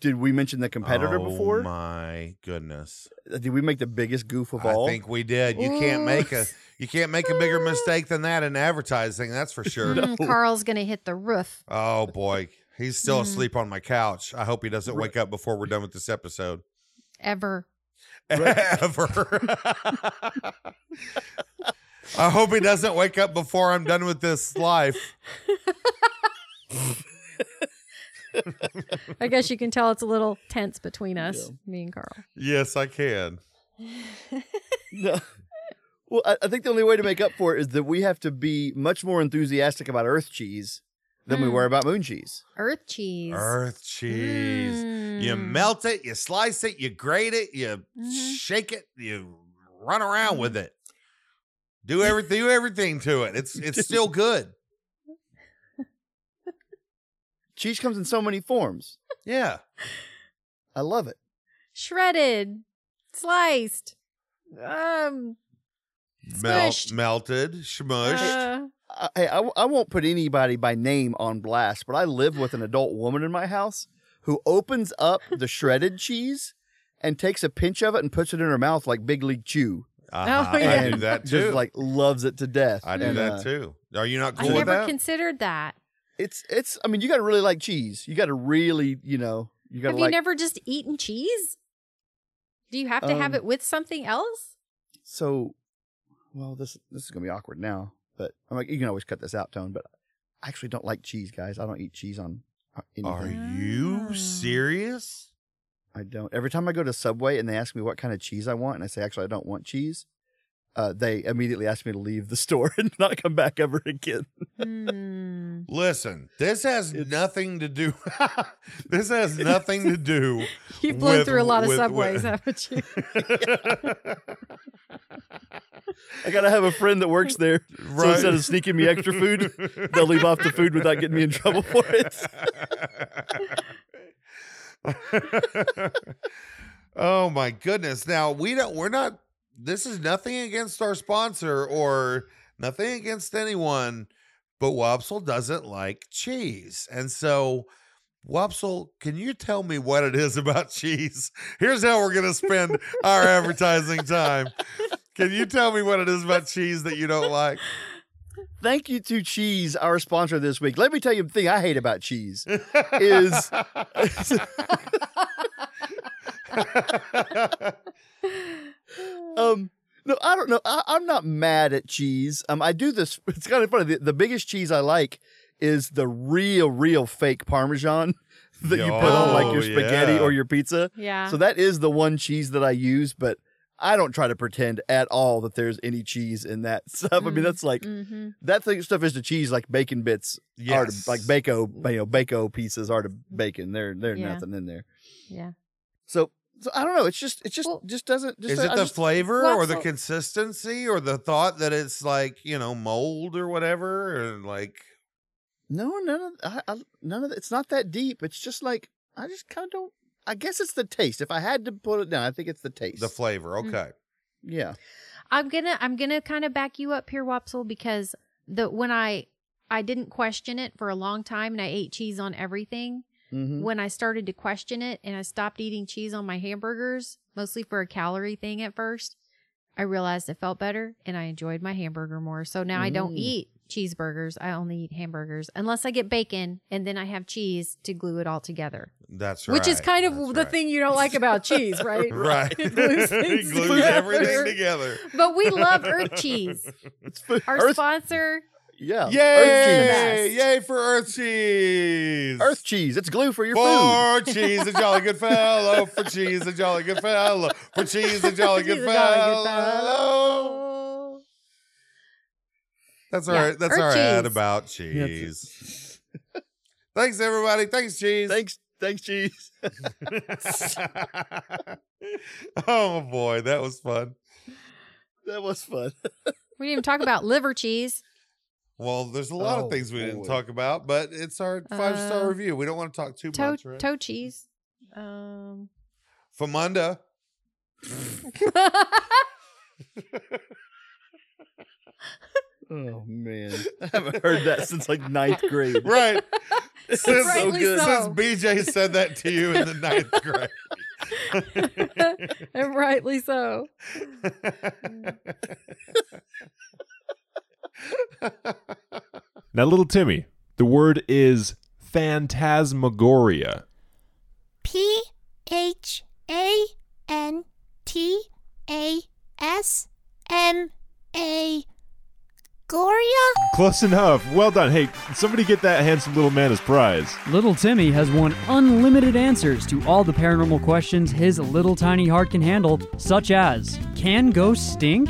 C: did we mention the competitor
B: oh,
C: before?
B: My goodness,
C: Uh, Did we make the biggest goof of
B: I
C: all?
B: think we did. You can't
D: Ooh.
B: make a you can't make a bigger mistake than that in advertising. That's for sure.
D: Mm, Carl's going to hit the roof.
B: Oh boy, he's still
D: Mm.
B: asleep on my couch. I hope he doesn't wake up before we're done with this episode.
D: Ever.
B: Ever. I hope he doesn't wake up before I'm done with this life.
D: I guess you can tell it's a little tense between us, me and Carl.
B: Yes, I can.
C: No. Well, I, I think the only way to make up for it is that we have to be much more enthusiastic about Earth Cheese than we
D: Mm.
C: were about Moon Cheese.
D: Earth cheese.
B: Earth cheese. You
D: Mm.
B: melt it, you slice it, you grate it, you
D: Mhm.
B: shake it, you run around
D: Mm-hmm.
B: with it. Do everything, do everything to it. It's it's still good.
C: Cheese comes in so many forms.
B: Yeah.
C: I love it.
D: Shredded. Sliced. Um. Smushed.
B: melted, smushed.
D: uh,
C: I, hey, I, I won't put anybody by name on blast, but I live with an adult woman in my house who opens up the shredded cheese and takes a pinch of it and puts it in her mouth like Big League Chew.
B: Uh-huh,
D: oh, yeah.
B: I do
C: And
B: that too.
C: Just like loves it to death.
B: I do
C: And,
B: that
C: uh,
B: too. Are you not
D: I
B: cool with
D: never
B: that?
D: considered that.
C: It's it's. I mean, you got to really like cheese. You got to really, you know, you got
D: Have
C: to
D: you
C: like.
D: never just eaten cheese? Do you have to have
C: Um,
D: it with something else?
C: so, well, this this is gonna be awkward now, but I'm like, you can always cut this out, Tone. But I actually don't like cheese, guys. I don't eat cheese on uh, anything.
B: Are you
D: Ah.
B: serious?
C: I don't. Every time I go to Subway and they ask me what kind of cheese I want, and I say actually I don't want cheese, uh, they immediately ask me to leave the store and not come back ever again.
D: Hmm.
B: Listen, this has
C: It's-
B: nothing to do this has nothing to do
D: You've blown
B: With-
D: through a lot of
B: with-
D: subways,
B: with-
D: haven't you?
C: I gotta have a friend that works there, so instead of sneaking me extra food, they'll leave off the food without getting me in trouble for it.
B: oh my goodness. Now we don't we're not this is nothing against our sponsor or nothing against anyone, but Wopsle doesn't like cheese. And so Wopsle, can you tell me what it is about cheese? Here's how we're gonna spend our advertising time. Can you tell me what it is about cheese that you don't like?
C: Thank you to Cheese, our sponsor this week. Let me tell you the thing I hate about cheese is um no i don't know I, i'm not mad at cheese um i do this it's kind of funny the, the biggest cheese i like is the real, real fake Parmesan that you put on like your
B: Oh,
C: spaghetti
B: yeah.
C: or your pizza.
D: Yeah.
C: So that is the one cheese that I use, but I don't try to pretend at all that there's any cheese in that stuff. I mean,
D: Mm,
C: that's like
D: mm-hmm.
C: that thing stuff is to cheese like bacon bits are to,
B: Yes.
C: like bacon, you know, bacon pieces are to bacon. They're they're
D: Yeah.
C: nothing in there.
D: Yeah.
C: So so I don't know. It's just it just
D: Well,
C: just doesn't. Just
B: Is it
C: I
B: the
C: just-
B: flavor or the
D: Waffle.
B: consistency or the thought that it's like, you know, mold or whatever? And like,
C: No, none of I, I, none of it's not that deep. It's just like I just kind of don't. I guess it's the taste. If I had to put it down, I think it's the taste.
B: the flavor.
D: Mm.
B: Okay.
C: yeah.
D: I'm gonna I'm gonna kind of back you up here, Wopsle, because the when I I didn't question it for a long time and I ate cheese on everything.
C: Mm-hmm.
D: When I started to question it and I stopped eating cheese on my hamburgers, mostly for a calorie thing at first, I realized it felt better and I enjoyed my hamburger more. So now I don't
C: Mm.
D: eat cheeseburgers. I only eat hamburgers unless I get bacon and then I have cheese to glue it all together.
B: That's right.
D: Which is kind of
B: That's
D: the
B: right.
D: thing you don't like about cheese, right?
B: Right.
D: It glues things
B: Glues
D: together.
B: everything together.
D: But we love Earth Cheese.
C: It's food.
D: Our
C: Earth,
D: sponsor,
C: yeah. Earth
B: Yay!
C: cheese.
B: Yay for Earth Cheese!
C: Earth cheese. It's glue for your food.
B: for cheese, a jolly good fellow. For cheese, a jolly good fellow. For cheese,
D: Cheese,
B: a jolly good
D: a jolly good
B: fellow.
D: oh,
B: That's
D: Yeah,
B: all right. That's
D: or
B: all right
D: cheese.
B: about cheese. Thanks, everybody. Thanks, cheese.
C: Thanks. Thanks, cheese.
B: oh boy, that was fun.
C: That was fun.
D: we didn't even talk about liver cheese.
B: Well, there's a lot
C: Oh,
B: of things we didn't
C: boy.
B: talk about, but it's our five star
D: Uh,
B: review. We don't want to talk too
D: Toe,
B: much, right?
D: toe cheese. Um.
B: Famunda.
C: Oh man, I haven't heard that since like ninth grade.
B: Right.
C: It's
B: Since-
D: Rightly
C: so good.
D: so.
B: Since BJ said that to you in the ninth grade.
D: and rightly so.
E: Now, little Timmy, the word is phantasmagoria.
F: P H A N T A S M A Gloria?
E: Close enough. Well done. Hey, somebody get that handsome little man his prize.
G: Little Timmy has won unlimited answers to all the paranormal questions his little tiny heart can handle, such as Can ghosts stink?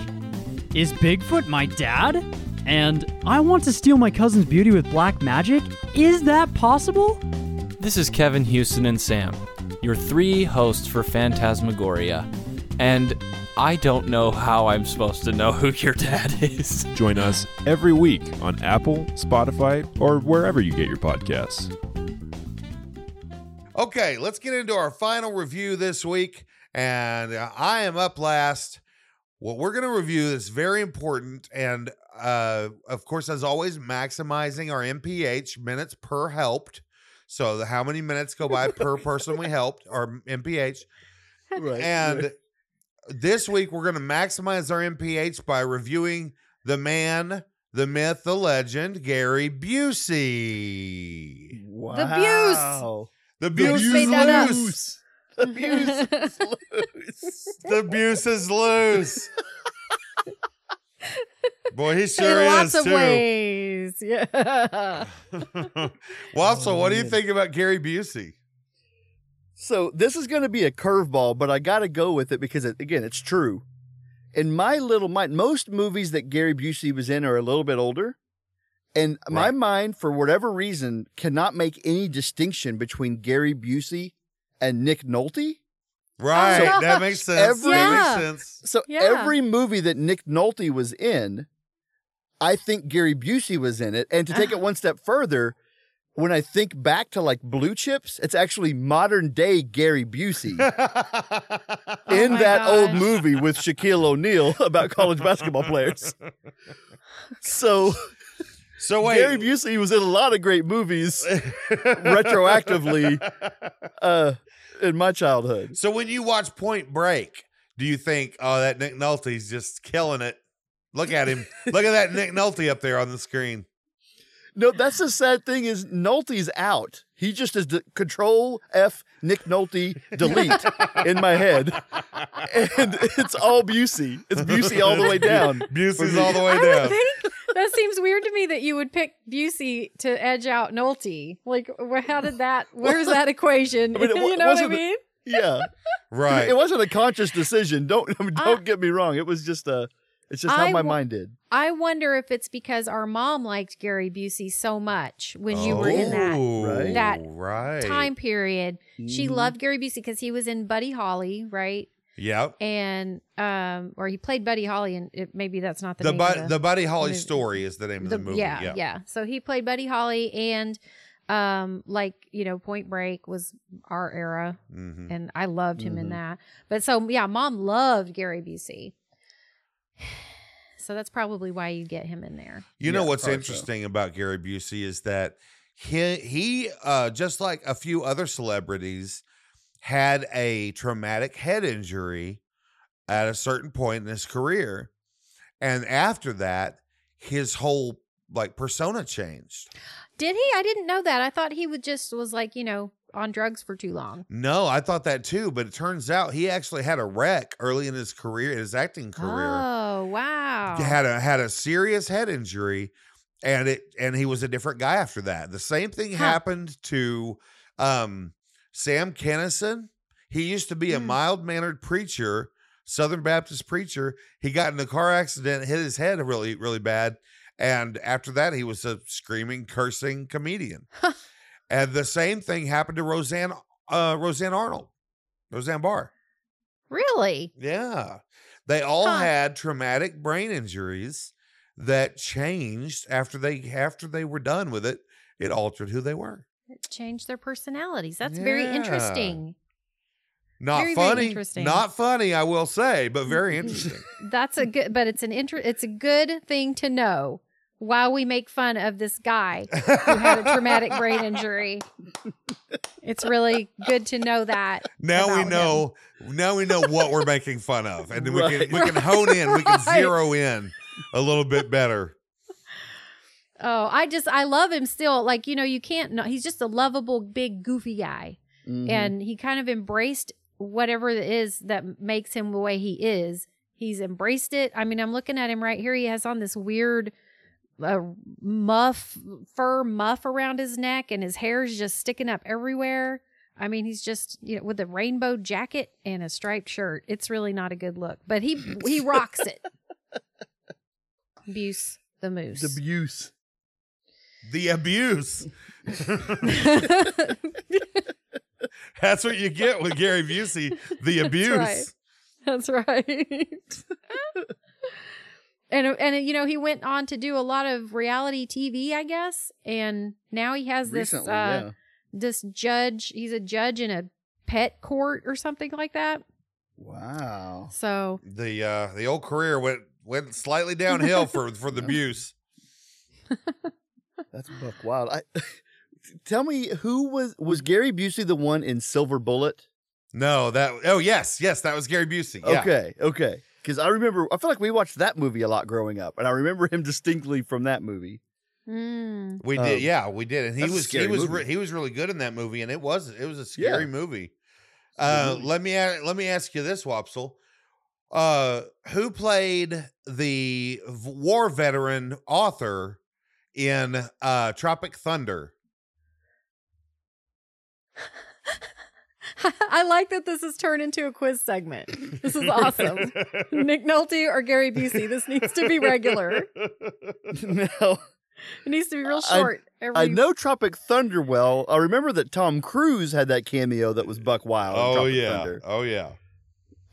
G: Is Bigfoot my dad? And I want to steal my cousin's beauty with black magic? Is that possible?
H: This is Kevin, Houston, and Sam, your three hosts for Phantasmagoria. And I don't know how I'm supposed to know who your dad is.
E: Join us every week on Apple, Spotify, or wherever you get your podcasts.
B: Okay, let's get into our final review this week. And uh, I am up last. What we're going to review is very important. And uh, of course, as always, maximizing our MPH minutes per helped. So, the, how many minutes go by per person we helped, our MPH.
C: Right.
B: And this week, we're going to maximize our MPH by reviewing the man, the myth, the legend, Gary Busey.
C: wow.
B: The
C: The
B: Busey's
D: made that up.
B: loose.
C: Abuse is loose.
B: The abuse is loose. Boy, he sure
D: in lots
B: is
D: of
B: too.
D: ways. Yeah. Oh
B: Watson, what do you
C: Oh, man.
B: think about Gary Busey?
C: So this is going to be a curveball, but I got to go with it because it, again, it's true. In my little mind, most movies that Gary Busey was in are a little bit older, and my
B: Right.
C: mind, for whatever reason, cannot make any distinction between Gary Busey and Nick Nolte.
D: Oh,
B: Right,
D: gosh.
B: that makes sense.
C: Every-
B: that
D: Yeah.
B: makes sense.
C: So
D: Yeah.
C: every movie that Nick Nolte was in, I think Gary Busey was in it. And to take it one step further, when I think back to like Blue Chips, it's actually modern day Gary Busey.
D: Oh
C: in
D: my
C: that old
D: gosh.
C: movie with Shaquille O'Neal about college basketball players. So
B: so wait,
C: Gary Busey was in a lot of great movies retroactively uh, in my childhood.
B: So when you watch Point Break, do you think, oh, that Nick Nolte's just killing it? Look at him. Look at that Nick Nolte up there on the screen.
C: No, that's the sad thing is Nolte's out. He just is de- control F Nick Nolte delete in my head. And it's all Busey. It's Busey all the way down.
B: Busey's
C: me.
B: all the way
D: I
B: down.
D: would think that seems weird to me that you would pick Busey to edge out Nolte. Like, wh- how did that? Where's that equation?
C: I mean, it wa-
D: you know what I
C: wasn't-
D: mean?
C: Yeah,
B: Right.
C: it wasn't a conscious decision. Don't I mean,
D: I-
C: don't get me wrong. It was just a. It's just how
D: I
C: my
D: wa-
C: mind did.
D: I wonder if it's because our mom liked Gary Busey so much when you were in that
B: Oh,
D: that
B: right.
D: time period. She
B: Mm-hmm.
C: Mhm.
D: loved Gary Busey because he was in Buddy Holly, right?
B: Yep.
D: And um, or he played Buddy Holly, and it, maybe that's not the,
B: The,
D: name
B: Bu-
D: of
B: the Buddy Holly
D: movie.
B: story is the name of the, movie.
D: Yeah,
B: yeah.
D: yeah. So he played Buddy Holly and um like, you know, Point Break was our era
B: hmm
D: and I loved him
B: Mm-hmm.
D: in
C: Mhm.
D: that. But so yeah, mom loved Gary Busey. So that's probably why you get him in there.
B: You know
C: Yeah,
B: what's
C: probably so.
B: interesting about Gary Busey is that he he uh, just like a few other celebrities had a traumatic head injury at a certain point in his career, and after that, his whole like persona changed.
D: Did he? I didn't know that. I thought he would just was like, you know, on drugs for too long.
B: No, I thought that too, but it turns out he actually had a wreck early in his career, in his acting career.
D: Oh, wow.
B: Had a had a serious head injury, and it and he was a different guy after that. The same thing
D: Huh.
B: happened to um, Sam Kennison. He used to be a
D: Hmm.
B: mild mannered preacher, Southern Baptist preacher. He got in a car accident, hit his head really really bad, and after that he was a screaming, cursing comedian.
D: Huh.
B: and the same thing happened to Roseanne uh, Roseanne Arnold, Roseanne Barr.
D: Really?
B: Yeah. They all
D: Huh.
B: had traumatic brain injuries that changed after they after they were done with it. It altered who they were.
D: It changed their personalities. That's very
B: Yeah.
D: interesting.
B: Not
D: Very, very
B: funny.
D: interesting. Mm,
B: Not funny, I will say, but very interesting.
D: That's a good but it's an inter- it's a good thing to know while we make fun of this guy who had a traumatic brain injury. It's really good to know that.
B: Now we
D: about
B: know now we know what we're making fun of. And then we can
C: Right.
B: we can hone in, we can
D: Right.
B: zero in a little bit better.
D: Oh, I just I love him still. Like, you know, you can't know he's just a lovable big goofy guy.
C: Mhm.
D: And he kind of embraced whatever it is that makes him the way he is. He's embraced it. I mean, I'm looking at him right here. He has on this weird uh, muff, fur muff around his neck, and his hair's just sticking up everywhere. I mean, he's just you know with a rainbow jacket and a striped shirt. It's really not a good look, but he he rocks it. Buse the moose.
C: the abuse.
B: The abuse. That's what you get with Gary Busey, the abuse.
D: right. That's right. and and you know he went on to do a lot of reality TV, I guess, and now he has this
C: Recently,
D: uh,
C: yeah.
D: this judge. He's a judge in a pet court or something like that.
C: Wow.
D: So
B: the uh the old career went went slightly downhill for for the Buse.
C: That's buck wild. I tell me who was was Gary Busey the one in Silver Bullet?
B: No, that oh yes, yes, that was Gary Busey. Yeah.
C: Okay, okay. Because I remember, I feel like we watched that movie a lot growing up, and I remember him distinctly from that movie.
D: mm,
B: We
C: Um,
B: did, yeah, we did, and he
C: that's a
B: was he
C: scary
B: was
C: movie.
B: re- he was really good in that movie, and it was it was a scary movie. Uh,
C: movie.
B: let me a- let me ask you this, Wopsle, uh, who played the v- war veteran author in uh, Tropic Thunder?
D: I like that this has turned into a quiz segment. This is awesome. Nick Nolte or Gary Busey? This needs to be regular.
C: now,
D: It needs to be real
C: I-
D: short. every,
C: I know Tropic Thunder well. I remember that Tom Cruise had that cameo that was buck wild. in
B: Oh
C: Tropic
B: yeah,
C: Thunder.
B: oh yeah.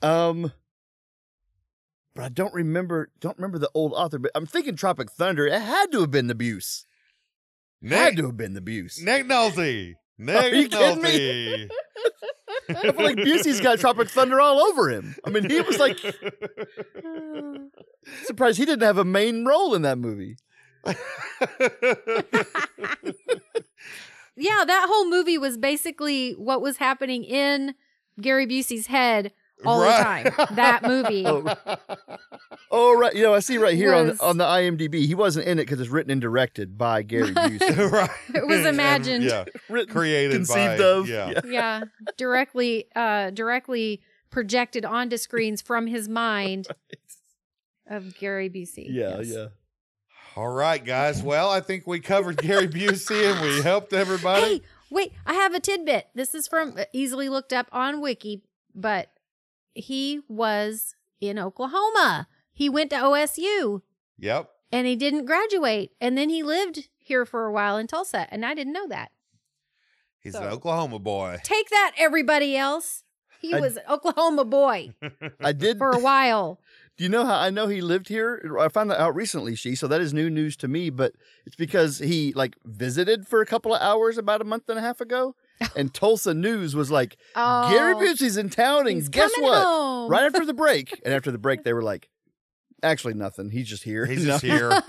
C: Um, but I don't remember. Don't remember the old author. But I'm thinking Tropic Thunder. It had to have been the Buse. Had
B: Nick,
C: to have been the Buse.
B: Nick Nolte. Nick
C: Are you kidding me?
B: Nolte.
C: I feel like Busey's got Tropic Thunder all over him. I mean, he was like surprised he didn't have a main role in that movie.
D: yeah, that whole movie was basically what was happening in Gary Busey's head all
B: Right.
D: the time. That movie.
C: Oh, oh right. You know, I see right here
D: Was-
C: on on the IMDb, he wasn't in it because it's written and directed by Gary Busey.
B: right.
D: It was
B: And-
D: imagined.
B: yeah.
C: written,
B: Created
C: conceived
B: by-
C: of.
B: yeah.
D: Yeah, directly uh directly projected onto screens from his mind of Gary Busey.
C: yeah,
D: Yes.
C: yeah.
B: All right, guys. Well, I think we covered Gary Busey and we helped everybody.
D: Hey, wait, I have a tidbit. This is from uh, easily looked up on Wiki, but he was in Oklahoma. He went to OSU
B: Yep.
D: and he didn't graduate. And then he lived here for a while in Tulsa. And I didn't know that.
B: He's
D: So-
B: an Oklahoma boy.
D: Take that, everybody else. He
C: I-
D: was an Oklahoma boy
C: I did.
D: for a while.
C: Do you know how I know he lived here? I found that out recently, she. So that is new news to me, but it's because he like visited for a couple of hours about a month and a half ago. And Tulsa News was like,
D: Oh,
C: Gary Busey's in town, and
D: he's
C: guess
D: coming
C: what?
D: home.
C: Right after the break. And after the break, they were like, actually, nothing. He's just here.
B: He's
C: you
B: just
C: know,
B: here.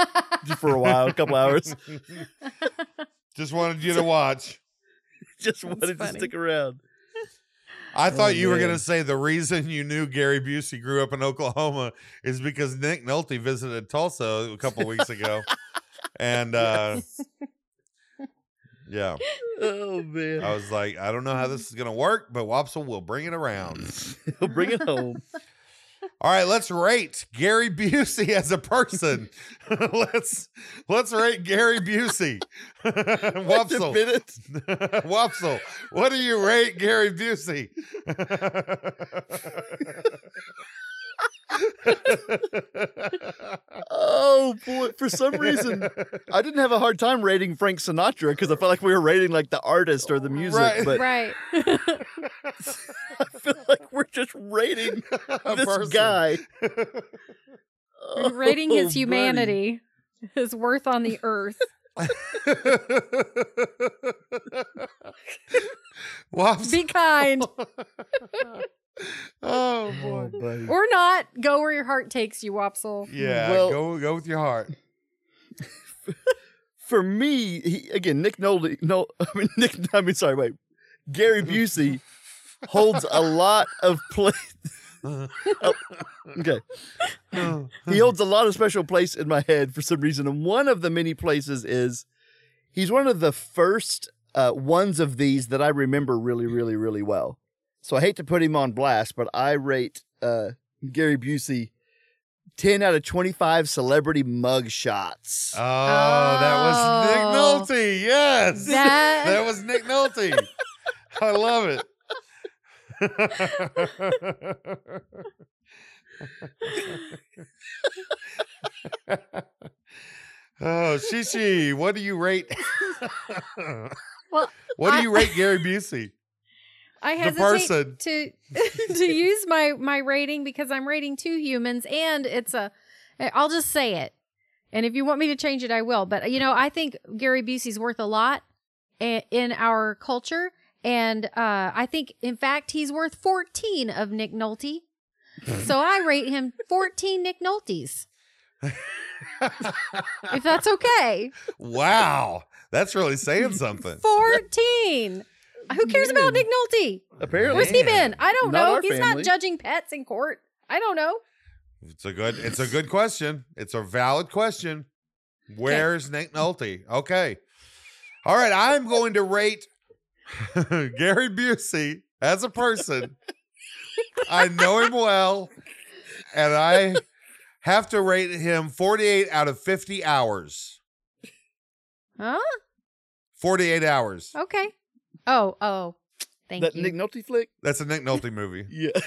C: just for a while, a couple hours.
B: Just wanted you to watch.
C: Just wanted to
D: funny.
C: stick around.
B: I thought you were
C: man.
B: going to say the reason you knew Gary Busey grew up in Oklahoma is because Nick Nolte visited Tulsa a couple weeks ago. and uh, yeah,
C: Oh, man.
B: I was like, I don't know how this is going to work, but Wopsle will bring it around.
C: He'll bring it home.
B: All right, let's rate Gary Busey as a person. let's let's rate Gary Busey.
C: Just
B: Wopsle,
C: minute.
B: Wopsle, what do you rate Gary Busey?
C: Oh boy! For some reason, I didn't have a hard time rating Frank Sinatra because I felt like we were rating like the artist or the music,
B: Right.
C: but
D: Right.
C: I feel like we're just rating
B: A
C: this
B: person.
C: guy.
D: We're rating
C: Oh,
D: his
C: buddy.
D: humanity, his worth on the earth.
B: Wops.
D: Be kind
B: oh
C: Oh,
B: boy.
C: buddy.
D: or not. Go where your heart takes you, Wopsle.
B: Yeah,
C: Well-
B: go go with your heart.
C: For me, he, again, Nick Nolte. No, I mean Nick. I mean, sorry, wait. Gary Busey holds a lot of place. okay,
B: Oh,
C: he holds a lot of special place in my head for some reason, and one of the many places is he's one of the first uh, ones of these that I remember really, really, really well. So I hate to put him on blast, but I rate uh, Gary Busey ten out of twenty-five celebrity mug shots.
B: Oh, that
D: Oh.
B: was Nick Nolte. Yes.
D: That-
B: That was Nick Nolte. I love it. oh, Shishi, what do you rate?
D: Well,
B: what do you
D: I-
B: rate Gary Busey?
D: I
B: The
D: hesitate
B: person.
D: to to use my my rating because I'm rating two humans, and it's a. I'll just say it, and if you want me to change it, I will. But you know, I think Gary Busey's worth a lot i- in our culture, and uh, I think, in fact, he's worth 14 of Nick Nolte. so I rate him 14 Nick Noltes, if that's okay.
B: wow. That's really saying something.
D: 14. Who cares about Nick Nolte?
C: Apparently,
D: Where's he been? I don't
C: Not
D: know.
C: our
D: He's
C: family.
D: not judging pets in court. I don't know.
B: It's a good it's a good question. It's a valid question. Where's Nick Nolte? Okay. All right, I'm going to rate Gary Busey as a person. I know him well, and I have to rate him 48 out of 50 hours.
D: Huh?
B: 48 hours.
D: Okay. Oh, oh. Thank
C: that
D: you.
C: Nick Nolte flick?
B: That's a Nick Nolte movie.
C: Yeah.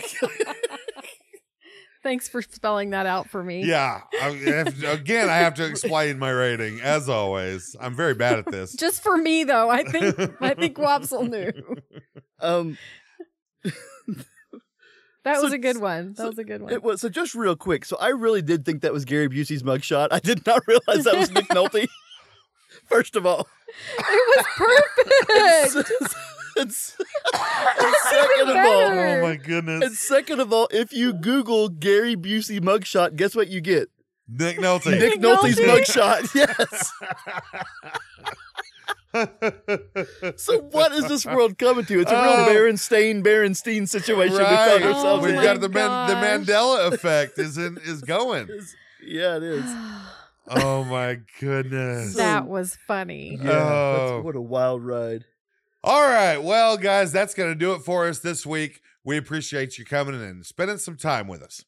D: Thanks for spelling that out for me.
B: Yeah. I- if- again, I have to explain my rating as always. I'm very bad at this.
D: Just for me though, I think I think Wopsle knew.
C: um,
D: That
C: So-
D: was a good one. That was a good one.
C: it was so just real quick. So I really did think that was Gary Busey's mugshot. I did not realize that was Nick Nolte. First of all,
D: It was perfect.
C: and, s- and second of all,
D: better.
B: Oh my
C: and
B: goodness.
C: second of all, if you Google Gary Busey mugshot, guess what you get?
B: Nick Nolte.
C: Nick
D: Nick
C: Nolte's
D: Nolte.
C: mugshot. Yes. So what is this world coming to? It's a real
B: Oh.
C: Berenstain Berenstein situation we
B: Right.
C: found ourselves
D: Oh
B: We've
C: in.
D: my
B: got the, Man- the
D: gosh.
B: Mandela effect is in is going.
C: Yeah, it is.
B: Oh my goodness.
D: that was funny.
C: Yeah, that's-
B: Oh.
C: what a wild ride.
B: All right. Well, guys, that's going to do it for us this week. We appreciate you coming in and spending some time with us.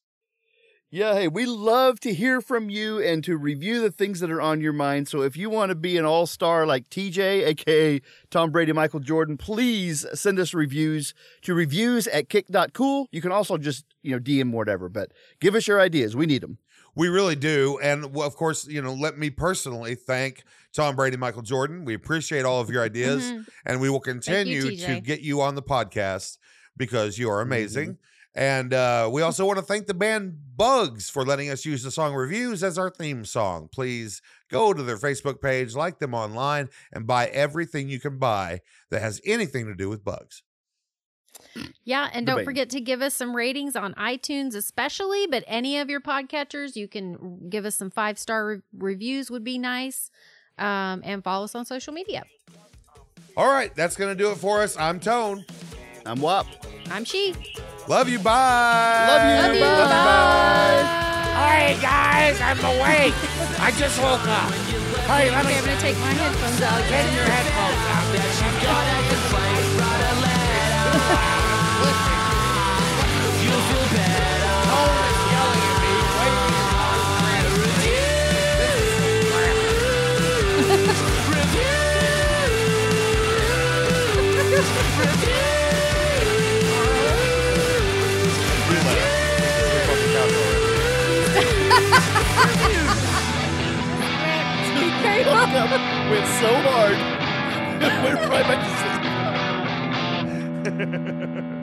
C: Yeah, hey, we love to hear from you and to review the things that are on your mind. So if you want to be an all star like TJ, aka Tom Brady, Michael Jordan, please send us reviews to reviews at kick.cool. You can also just, you know, DM whatever, but give us your ideas. We need them.
B: We really do. And well, of course, you know, let me personally thank Tom Brady, Michael Jordan. We appreciate all of your ideas
D: Mhm.
B: and we will continue to
D: TJ.
B: get you on the podcast because you are amazing. And uh, we also want to thank the band Bugs for letting us use the song Reviews as our theme song. Please go to their Facebook page, like them online, and buy everything you can buy that has anything to do with bugs.
D: Yeah, and don't
C: Debate.
D: forget to give us some ratings on iTunes, especially, but any of your podcatchers, you can give us some five star re- reviews, would be nice. Um, and follow us on social media.
B: All right, that's going to do it for us. I'm Tone.
C: I'm WAP.
D: I'm she.
B: Love you. Bye.
C: Love
D: Love you. Bye.
A: guys, I'm awake. I just woke up. Hey, let me. I'm gonna take my headphones out. Get your headphones out. That you got at the fight, brought a letter. you feel better. No one's yelling at me. Waiting on
C: Went so hard. Went right back to sleep.